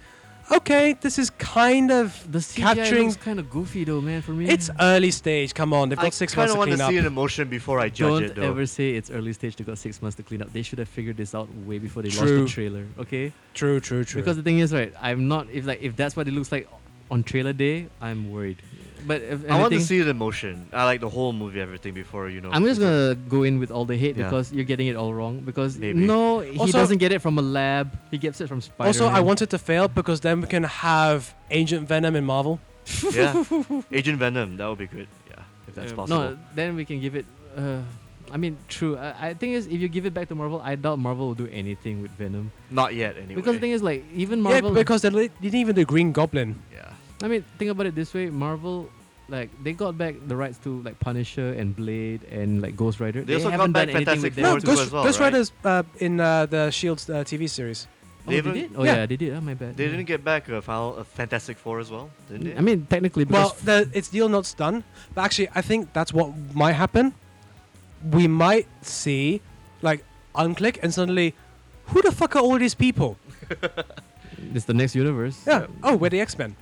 okay, this is kind of the CGI capturing- looks kind of goofy though, man. For me, it's early stage. Come on, they've got I six kind months of to want clean to up. see an emotion before I judge don't it, though. ever say it's early stage. They got six months to clean up. They should have figured this out way before they True. launched the trailer. Okay, True, true, true. because the thing is, right? I'm not if like if that's what it looks like on trailer day, I'm worried. But if anything, I want to see the emotion. I like the whole movie, everything before you know. I'm just gonna go in with all the hate Yeah. because you're getting it all wrong. Because Maybe. no, he Also- doesn't get it from a lab. He gets it from Spider. also, I want it to fail because then we can have Agent Venom in Marvel. yeah, Agent Venom. That would be good. Yeah, if that's Uh, possible. No, then we can give it. Uh, I mean, true. I, I think is if you give it back to Marvel, I doubt Marvel will do anything with Venom. Not yet, anyway. Because the thing is, like, even Marvel. Yeah, because they li- they didn't even do Green Goblin. yeah, I mean, think about it this way: Marvel, like, they got back the rights to like Punisher and Blade and like Ghost Rider. They also got haven't back done anything with Fantastic them. Four no, were two Ghost, as well, Ghost right? Rider's uh, in uh, the Shield's uh, TV series. Oh, they They did. haven't- Oh Yeah. yeah. they did. Oh, my bad. they Yeah. didn't get back a, final, a Fantastic Four as well, didn't they? I mean, technically, because Well, the, it's deal not done, but actually, I think that's what might happen. We might see, like, unclick and suddenly, who the fuck are all these people? it's the next universe. Yeah. Oh, we're the X Men.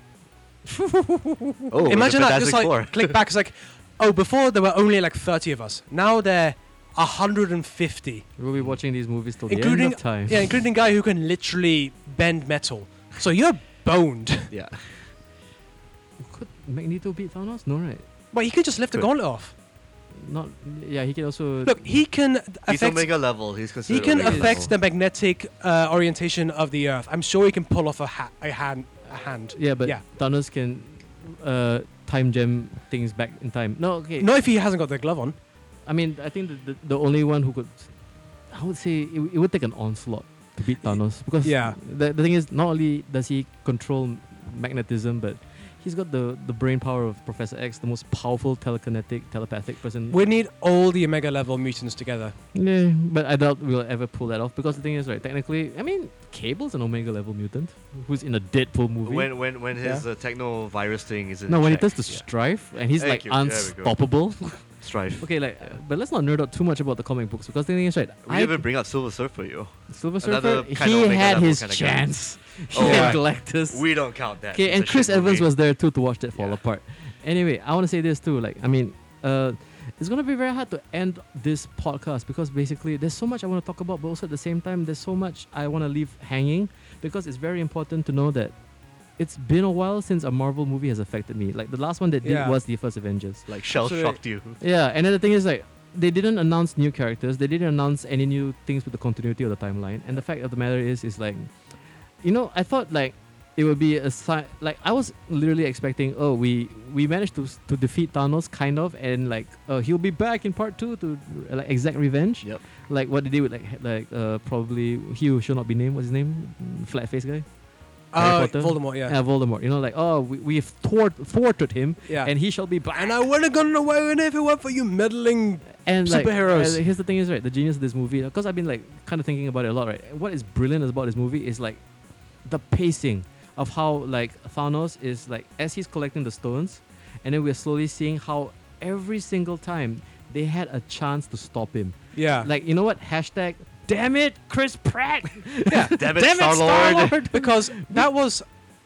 oh, Imagine Fantastic that. Just like Four. click back. It's like, oh, before there were only like thirty of us. Now there are hundred and fifty. We'll be watching these movies till the end Including- of time. Yeah, including a guy who can literally bend metal. So you're boned. yeah, Could Magneto beat Thanos? No, right? But he could just lift the Good. gauntlet off. Not. Yeah, he can also. Look, he can he's affect Omega level. He's He considered. can Omega affect the level. magnetic uh, orientation of the Earth. I'm sure he can pull off a, ha- a hand. A hand. Yeah, but Yeah. Thanos can uh, time jam things back in time. No, okay. Not if he hasn't got the glove on. I mean, I think the, the, the only one who could, I would say, it, it would take an onslaught to beat Thanos because Yeah. the, the thing is, not only does he control magnetism, but he's got the the brain power of Professor X, the most powerful telekinetic telepathic person. We need all the Omega level mutants together. yeah, but I doubt we'll ever pull that off because the thing is, right? Technically, I mean, Cable's an Omega level mutant who's in a Deadpool movie. when when when his uh, techno virus thing is in no, when he check. does the Yeah. strife and he's Thank like you. There we go. unstoppable. strife. Okay, like, uh, but let's not nerd out too much about the comic books because the thing is, right? We I, didn't even bring up Silver Surfer, yo. Silver another Surfer, kind of he Omega had level his kind of guy. chance. He Oh, right. had Galactus. We don't count that. okay, It's and a Chris shit Evans movie. was there too to watch that fall Yeah. apart. Anyway, I want to say this too. Like, I mean, uh, it's gonna be very hard to end this podcast because basically there's so much I want to talk about, but also at the same time there's so much I want to leave hanging because it's very important to know that. It's been a while since a Marvel movie has affected me. Like the last one that did Yeah. was the first Avengers. like shell Sorry. shocked you. Yeah, and then the thing is like they didn't announce new characters. They didn't announce any new things with the continuity of the timeline. And the fact of the matter is, is like, you know, I thought like it would be a sign. Like I was literally expecting, oh, we we managed to s- to defeat Thanos kind of, and like uh, he'll be back in part two to uh, like exact revenge. Yep. Like what they did with like he- like uh, probably he who shall not be named. What's his name? Flat face guy. Harry Uh, Potter? Voldemort, yeah. Yeah, Voldemort. You know, like oh, we we've thwart, thwarted him, yeah. and he shall be back. And I wouldn't have gotten away with it if it weren't for you meddling. and like, Superheroes. uh, here's the thing is right, the genius of this movie, because I've been like kind of thinking about it a lot, right? What is brilliant about this movie is like the pacing of how like Thanos is like as he's collecting the stones, and then we're slowly seeing how every single time they had a chance to stop him. Yeah. Like you know what? Hashtag damn it, Chris Pratt. yeah. Damn it, damn it, Star-Lord. Star Lord. because that was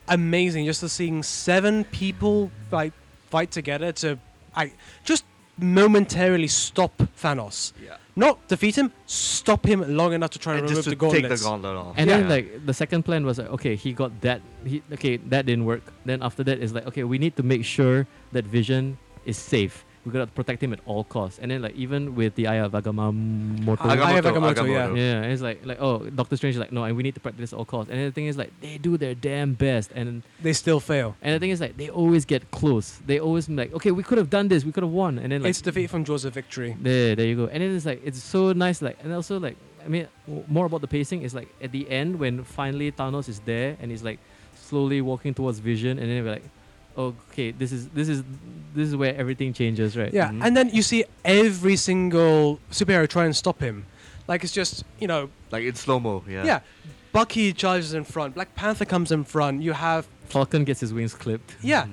amazing just to seeing seven people like fight together to I just momentarily stop Thanos. Yeah. Not defeat him, stop him long enough to try and, and remove just to the take the gauntlets. gauntlet off. And Yeah. then like the second plan was like, okay, he got that. He, okay, that didn't work. Then after that, it's like, okay, we need to make sure that Vision is safe. We gotta protect him at all costs. And then like even with the Aya Vagamoto. Aya Agamotto, Agamotto, Agamotto. Yeah, and it's like like oh, Doctor Strange is like no, and we need to practice at all costs. And the thing is like they do their damn best, and They still fail. and the thing is like they always get close. They always like okay, we could have done this, we could have won, and then like it's defeat from draws a victory. there, there you go. And then it's like it's so nice, like and also like I mean, w- more about the pacing is like at the end when finally Thanos is there and he's like slowly walking towards Vision, and then we're like, okay, this is this is this is where everything changes, right? Yeah, Mhm. and then you see every single superhero try and stop him. Like it's just you know Like in slow mo, yeah. yeah. Bucky charges in front. Black Panther comes in front. You have Falcon gets his wings clipped. yeah, Mhm.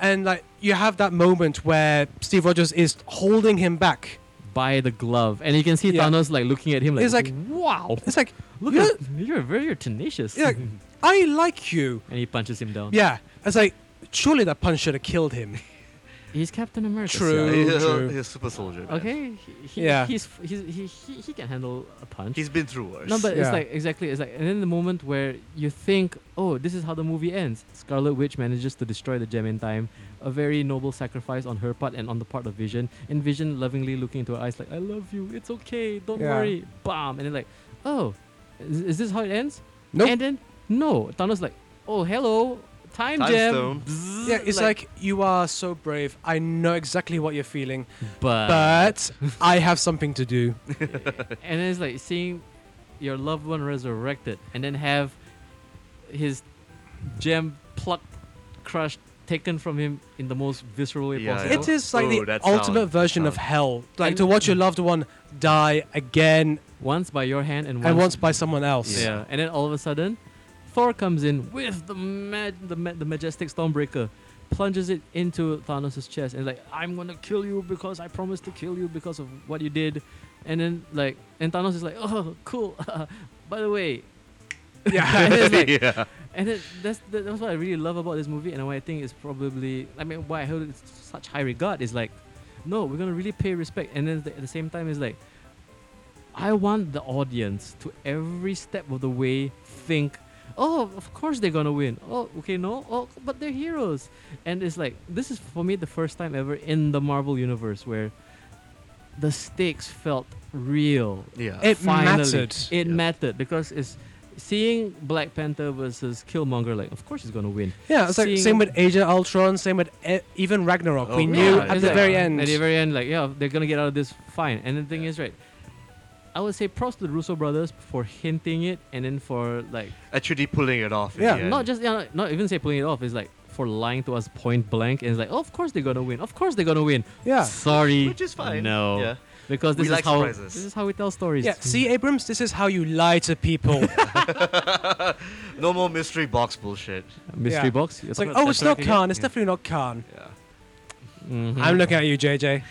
and like you have that moment where Steve Rogers is holding him back. By the glove, and you can see Yeah. Thanos like looking at him like, It's like- wow, It's like Look You're- at you're very you're tenacious. Yeah. and I like you. he punches him down. Yeah, it's like surely that punch should have killed him. He's Captain America. True. He- he's, true. a super soldier. so- man. Okay. He, he, Yeah. He's, he's, he, he, he can handle a punch. He's been through worse. no, but Yeah. it's like exactly it's like and then the moment where you think, oh, this is how the movie ends. Scarlet Witch manages to destroy the gem in time, a very noble sacrifice on her part and on the part of Vision. And Vision lovingly looking into her eyes like, I love you. It's okay. Don't Yeah. worry. Bam. And then like, oh, is, is this how it ends? Nope. And then no, Thanos like, oh, hello, time, Time gem. stone. Bzzz, yeah, it's like, you are so brave. I know exactly what you're feeling, Uh. but but I have something to do. and it's like seeing your loved one resurrected and then have his gem plucked crushed taken from him in the most visceral way Yeah, possible It is like Ooh, the that sound- ultimate version of sound. hell. Like And- to watch your loved one die again once by your hand and once, and once by someone else. yeah. and then all of a sudden thor comes in with the mad the, ma- the majestic stormbreaker plunges it into thanos' chest and like i'm gonna kill you because i promised to kill you because of what you did and then like and thanos is like oh cool by the way And it's like, yeah. And it, that's that, that's what I really love about this movie, and why I think it's probably I mean why I hold it such high regard is like, no, we're gonna really pay respect, and then at the same time it's like, I want the audience to every step of the way think, oh, of course they're gonna win. Oh, okay, no, oh, but they're heroes, and it's like this is for me the first time ever in the Marvel universe where the stakes felt real Yeah. It Finally. mattered. it Yeah. mattered because it's seeing Black Panther versus Killmonger. Like, of course he's gonna win. yeah, it's like Seeing- same with Age of Ultron, same with e- even Ragnarok. Oh, we yeah. knew Yeah, at it's the like- very end. At the very end, like, yeah, they're gonna get out of this fine. And the thing Yeah. is, right, I would say props to the Russo brothers for hinting it and then for like Actually pulling it off. in Yeah. the end. not just yeah, not- not even say pulling it off. It's like for lying to us point blank. And it's like, oh, of course they're gonna win. Of course they're gonna win. yeah. Sorry. Which is fine. No. Yeah. Because We this is like how surprises. this is how we tell stories. Yeah, see, Abrams, this is how you lie to people. No more mystery box bullshit. mystery Yeah. box. it's like, oh, it's not Khan. It's definitely not Khan. Yeah. Mhm. I'm looking at you, JJ.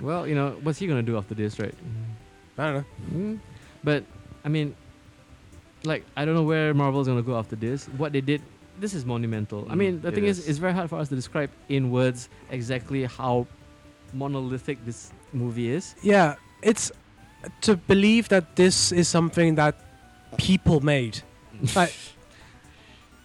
Well, you know, what's he gonna do after this, right? I don't know. Mm. But I mean, like I don't know where Marvel's gonna go after this. What they did, this is monumental. I Mm, mean, the it thing is. is. it's very hard for us to describe in words exactly how monolithic this movie is. Yeah, it's to believe that this is something that people made. Like,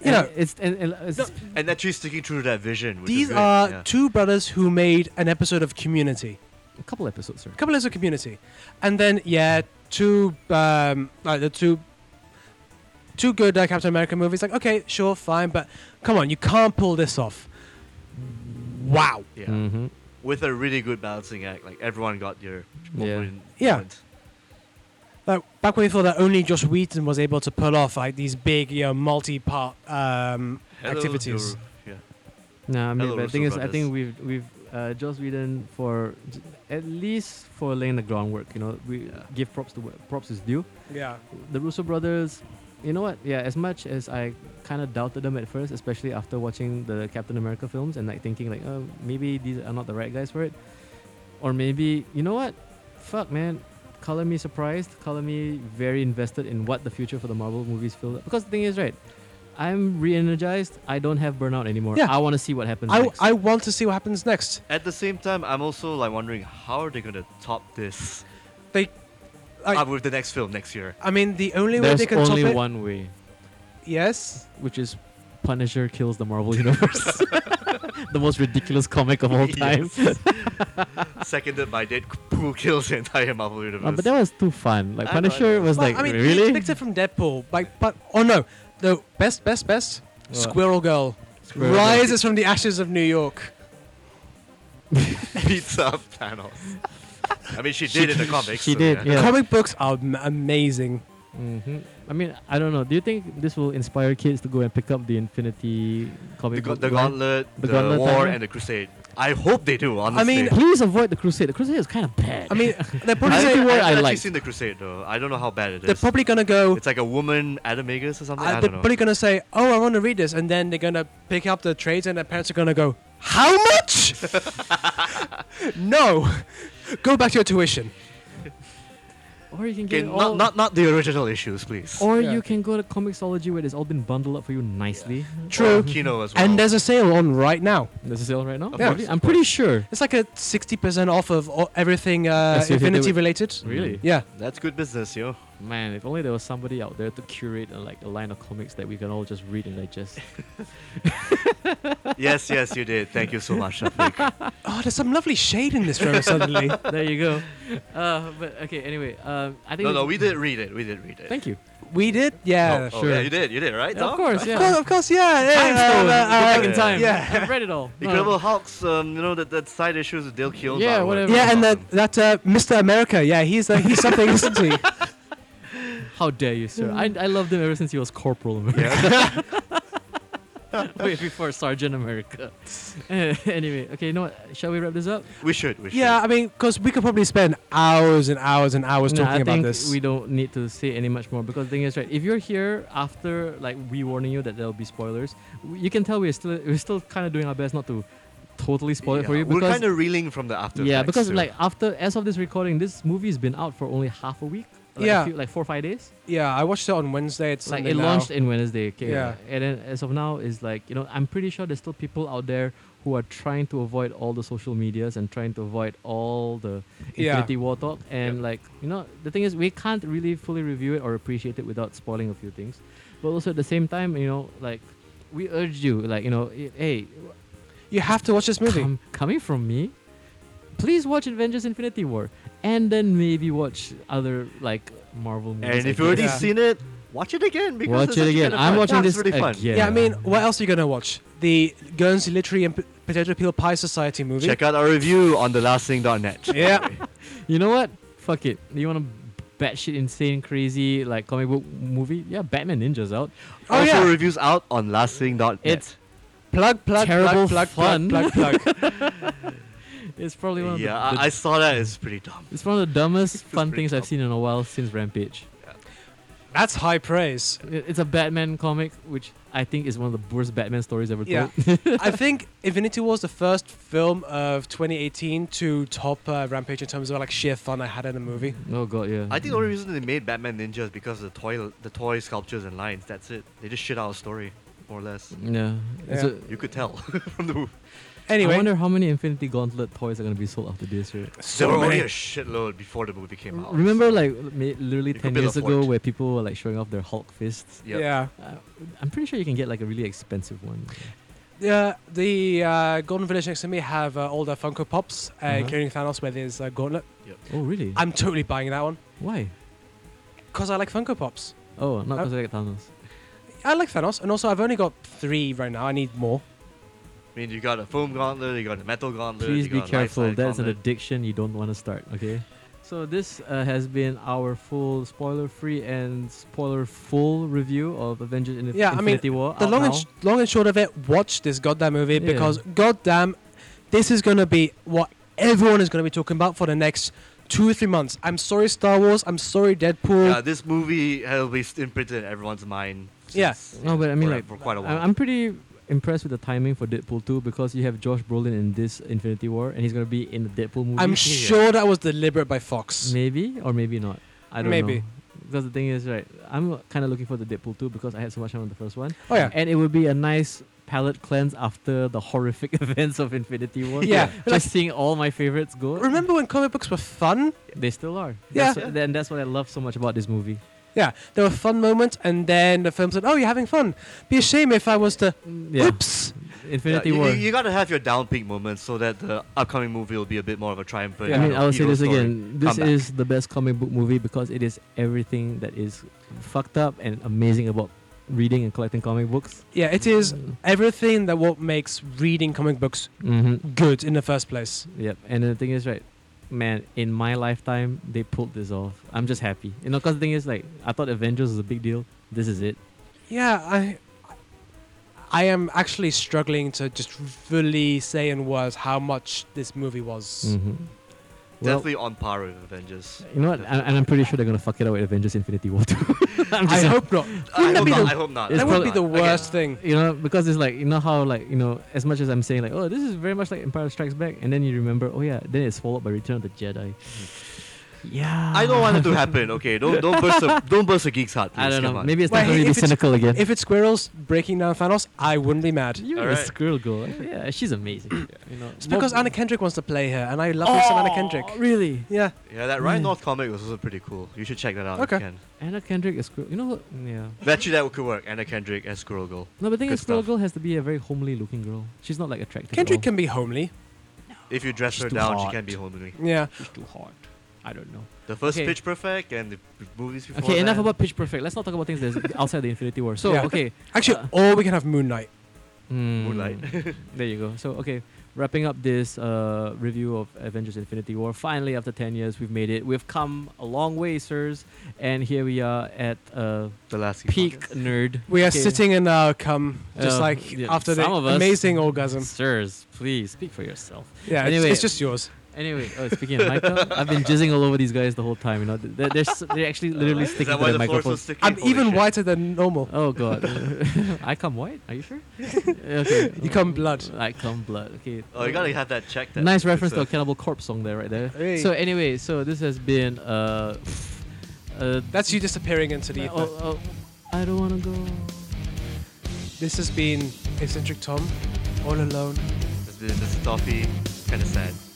you And know, it's and, and it's, No, And actually sticking true to that vision. Which is These great. are yeah. two brothers who made an episode of Community, a couple episodes, a right? couple episodes of Community, and then yeah, two um, like the two two good uh, Captain America movies. Like okay, sure, fine, but come on, you can't pull this off. Wow. Yeah. Mm-hmm. With a really good balancing act. Like everyone got their Yeah. moment. Yeah. moment. Like back when we thought that only Josh Wheaton was able to pull off like these big, you know, multi-part um, Hello, activities. Yoru. Yeah. No, I mean, Hello, but the thing Russo is, I think we've we've uh, Joss Whedon for j- at least for laying the groundwork. You know, we Yeah. give props to where props is due. Yeah. the Russo brothers, you know what? Yeah, as much as I kind of doubted them at first, especially after watching the Captain America films and like thinking like, oh, maybe these are not the right guys for it, or maybe you know what? Fuck, man. Color me surprised. Color me very invested in what the future for the Marvel movies feel. Because the thing is, right? I'm re-energized. I don't have burnout anymore. Yeah. I want to see what happens I, next. I want to see what happens next. At the same time, I'm also like wondering how are they gonna top this? They, I- up with the next film next year. I mean, the only way There's they can only top it, one way, yes, which is Punisher kills the Marvel Universe. the most ridiculous comic of all time. Yes. Seconded by Deadpool kills the entire Marvel universe. Ah, Uh, but that was too fun. I Like know, I Punisher know. was Well, like I mean, really. picked it from Deadpool. Like, but oh no, no, best, best, best. What? Squirrel Girl Squirrel Girl. rises from the ashes of New York. beats up Thanos. I mean, she She- did in the comics. she so did, yeah. Comic books are m- amazing. hmm I mean, I don't know. Do you think this will inspire kids to go and pick up the Infinity The, comic go- book? the line? Gauntlet, the, The Gauntlet War, timeline? and the Crusade. I hope they do. Honestly, mean, Please avoid the Crusade. The Crusade is kind of bad. I mean, they're I, probably Infinity haven't saying, War I actually liked. seen the Crusade though. I don't know how bad it they're is. probably gonna go. it's like a woman Adamagus or something. Uh, I they're don't know. probably gonna say, "Oh, I want to read this," and then they're gonna pick up the trades, and their parents are gonna go, "How much? no, go back to your tuition." or you can Okay, get it all, not, not not the original issues, please. Or Yeah. you can go to Comixology where it's all been bundled up for you nicely. True. Kino as well. And there's a sale on right now. There's a sale right now. Of Yeah. course, I'm of pretty sure. It's like a sixty percent off of all, everything uh, That's if they do Infinity it. Mm. related. Really? Yeah, that's good business, yo. Man, if only there was somebody out there to curate uh, like a line of comics that we can all just read and digest. yes, yes, you did. Thank you so much, Shafiq. Oh, there's some lovely shade in this room suddenly. there you go. Uh, but okay, anyway, um, I think. no, no, it's- we did read it. We did read it. Thank you. We did? Yeah. Oh, sure. yeah, you did. You did, right? Yeah, of Tom? course, Of course, yeah. of course, yeah. yeah, Time stone. uh, Go back in yeah. time. Yeah. I've read it all. No. Incredible Hulk's, um, you know that that side issues with Dale Keown. Uh, Yeah, artwork. whatever. Yeah, and that, that uh, Mr. America, yeah, he's uh, he's something, isn't he? How dare you, sir? I, I loved him ever since he was Corporal America. Yeah. Wait, before Sergeant America. Eh, anyway, okay, you know what? Shall we wrap this up? Um, we should. We should. Yeah, I mean, because we could probably spend hours and hours and hours No, talking I about think this. we don't need to say any much more because the thing is, right? If you're here after like we warning you that there'll be spoilers, w- you can tell we're still we're still kind of doing our best not to totally spoil it for Yeah, you We're because kind of reeling from the after. yeah, effects, because too. like after as of this recording, this movie's been out for only half a week. Like, a Yeah. few- like four or five days. yeah, I watched it on Wednesday. It's like Sunday it now. launched in Wednesday. Okay, Yeah. and then as of now, is like you know I'm pretty sure there's still people out there who are trying to avoid all the social medias and trying to avoid all the Yeah. Infinity War talk. And like you know the thing is we can't really fully review it or appreciate it without spoiling a few things. But also at the same time, you know like we urge you like you know i- hey You have to watch this movie. com- coming from me. Please watch Avengers Infinity War and then maybe watch other like Marvel movies. and I if you've already guess. Yeah. seen it, watch it again. Because Watch it's it actually again. kinda I'm fun. watching Yeah, this it's really fun. again. yeah, I mean, what else are you gonna watch? The Guernsey Literary and P- Potato Peel Pie Society movie. Check out our review on thelastthing.net. Yeah, You know what? Fuck it. You want to batshit insane, crazy like comic book movie? Yeah, Batman Ninja's out. Oh, also, yeah. reviews out on lastthing.net. It's plug, plug, Terrible plug, plug, fun. plug, plug, plug. it's probably one of yeah, the, the- I, I saw that. It's pretty dumb. it's one of the dumbest fun pretty things I've dumb. seen in a while since Rampage. That's high praise. I- It's a Batman comic, which I think is one of the worst Batman stories ever Yeah. told. I think Infinity War is the first film of 2018 to top uh, Rampage in terms of like sheer fun I had in a movie. oh god, yeah. I think the only reason they made Batman Ninja is because of the toy, the toy sculptures and lines. That's it. They just shit out a story, more or less. Yeah. It's Yeah. a- You could tell from the I Anyway, wonder how many Infinity Gauntlet toys are gonna be sold after this, right? there were so only a many. shitload before the movie came out. Remember, so- like ma- literally could ten build years a ago, fort. where people were like showing off their Hulk fists. Yep. Yeah. Uh, I'm pretty sure you can get like a really expensive one. Yeah, the uh, Golden Village next to me have uh, all their Funko Pops, uh, Uh-huh. including Thanos, where there's a gauntlet. Oh really? I'm totally buying that one Why? because I like Funko Pops. Oh, not Uh, because I get Thanos. I like Thanos, and also I've only got three right now. I need more. I mean, you got a foam gauntlet, you got a metal gauntlet. Please you be got a careful. life-size That's an gauntlet. addiction you don't want to start. Okay. So this uh, has been our full spoiler-free and spoiler-full review of Avengers Inf- Yeah, I mean, Infinity War. The out long and, now. sh- long and short of it, watch this goddamn movie Oh, Yeah. because goddamn, this is gonna be what everyone is gonna be talking about for the next two or three months. I'm sorry, Star Wars. I'm sorry, Deadpool. Yeah, this movie has been imprinted in everyone's mind. Yeah. since- No, but I mean, for, like, for quite a I- while. I'm pretty impressed with the timing for Deadpool 2 because you have Josh Brolin in this Infinity War and he's gonna be in the Deadpool movie. I'm sure that was deliberate by Fox. Maybe or maybe not. I don't Maybe. know. Because the thing is, right, I'm kind of looking for the Deadpool 2 because I had so much fun on the first one. Oh yeah, And it would be a nice palate cleanse after the horrific events of Infinity War. Yeah, just like- seeing all my favorites go. Remember when comic books were fun? They still are. Yeah. That's what, and that's what I love so much about this movie. Yeah, there were fun moments, and then the film said, "Oh, you're having fun." Be a shame if I was to. Yeah. Mm. Oops. Yeah, Infinity you, War. you- you gotta have your down peak moments so that the upcoming movie will be a bit more of a triumphant. Yeah. I mean, you know, I'll say hero this story. again. This comeback. is the best comic book movie because it is everything that is fucked up and amazing about reading and collecting comic books. Yeah, it is everything that what makes reading comic books Mm-hmm. good in the first place. Yep. And the thing is, right, man, in my lifetime, they pulled this off. I'm just happy. You know, because the thing is, like, I thought Avengers was a big deal. This is it. Yeah, I. I am actually struggling to just fully say in words how much this movie was. Mm-hmm. Well, definitely on par with Avengers. you know what? I, and I'm pretty sure they're going to fuck it up with Avengers Infinity War too. I'm I just hope not. I that hope, be not, the- I hope not. It's I that hope would be not. the Again, worst thing. you know because it's like you know how like you know as much as i'm saying like oh this is very much like empire strikes back and then you remember oh yeah then it's followed by return of the jedi yeah I don't want it to happen. Okay, don't don't burst a, don't burst a geek's heart. Please. i don't Come know on. maybe it's Wait, time for me to if be it's- cynical again If it's squirrels breaking down Thanos, I wouldn't be mad. you're a Alright. squirrel girl yeah she's amazing you know It's because mm. Anna Kendrick wants to play her, and I love me some Oh. Anna Kendrick. really Yeah, yeah, that Ryan Yeah. North comic was also pretty cool. You should check that out. Okay. If you can. anna kendrick is squirrel you know what yeah Bet you that could work. Anna Kendrick as Squirrel Girl. no but the thing Good is squirrel stuff. girl has to be a very homely looking girl she's not like attractive at Kendrick all. can be homely. If you dress She's her too down, hot. she can be homely. Yeah, she's too hot i don't know The first Okay. Pitch Perfect and the p- movies before. okay enough that. about pitch perfect let's not talk about things that's outside the infinity war so Yeah. okay actually, Uh, or we can have Moon Knight. Mm. Moonlight. there you go. So okay, wrapping up this uh, review of Avengers: Infinity War. Finally, after ten years, we've made it. We've come a long way, sirs, and here we are at uh, the last peak nerd. We are Okay. sitting in our cum, just Uh, like yeah, after the some of us- amazing orgasm. Sirs, please speak for yourself. Yeah, Anyway. it's, it's just yours. Anyway, oh, speaking of Micah, I've been jizzing all over these guys the whole time. You know, they're, they're, s- they're actually literally Uh, Is sticking that to why the, the floor is so microphones. sticky? I'm Holy even shit. whiter than normal. Oh god, I come white. Are you sure? Okay, You come blood. I come blood. Okay. Oh, you gotta have that checked. then. nice It's reference to a- a Cannibal Corpse song there, right there. Hey. So anyway, so this has been uh, uh That's you disappearing into the ether. Oh, oh, I don't wanna go. This has been eccentric Tom, all alone. It's been- it's toffee, kind of sad.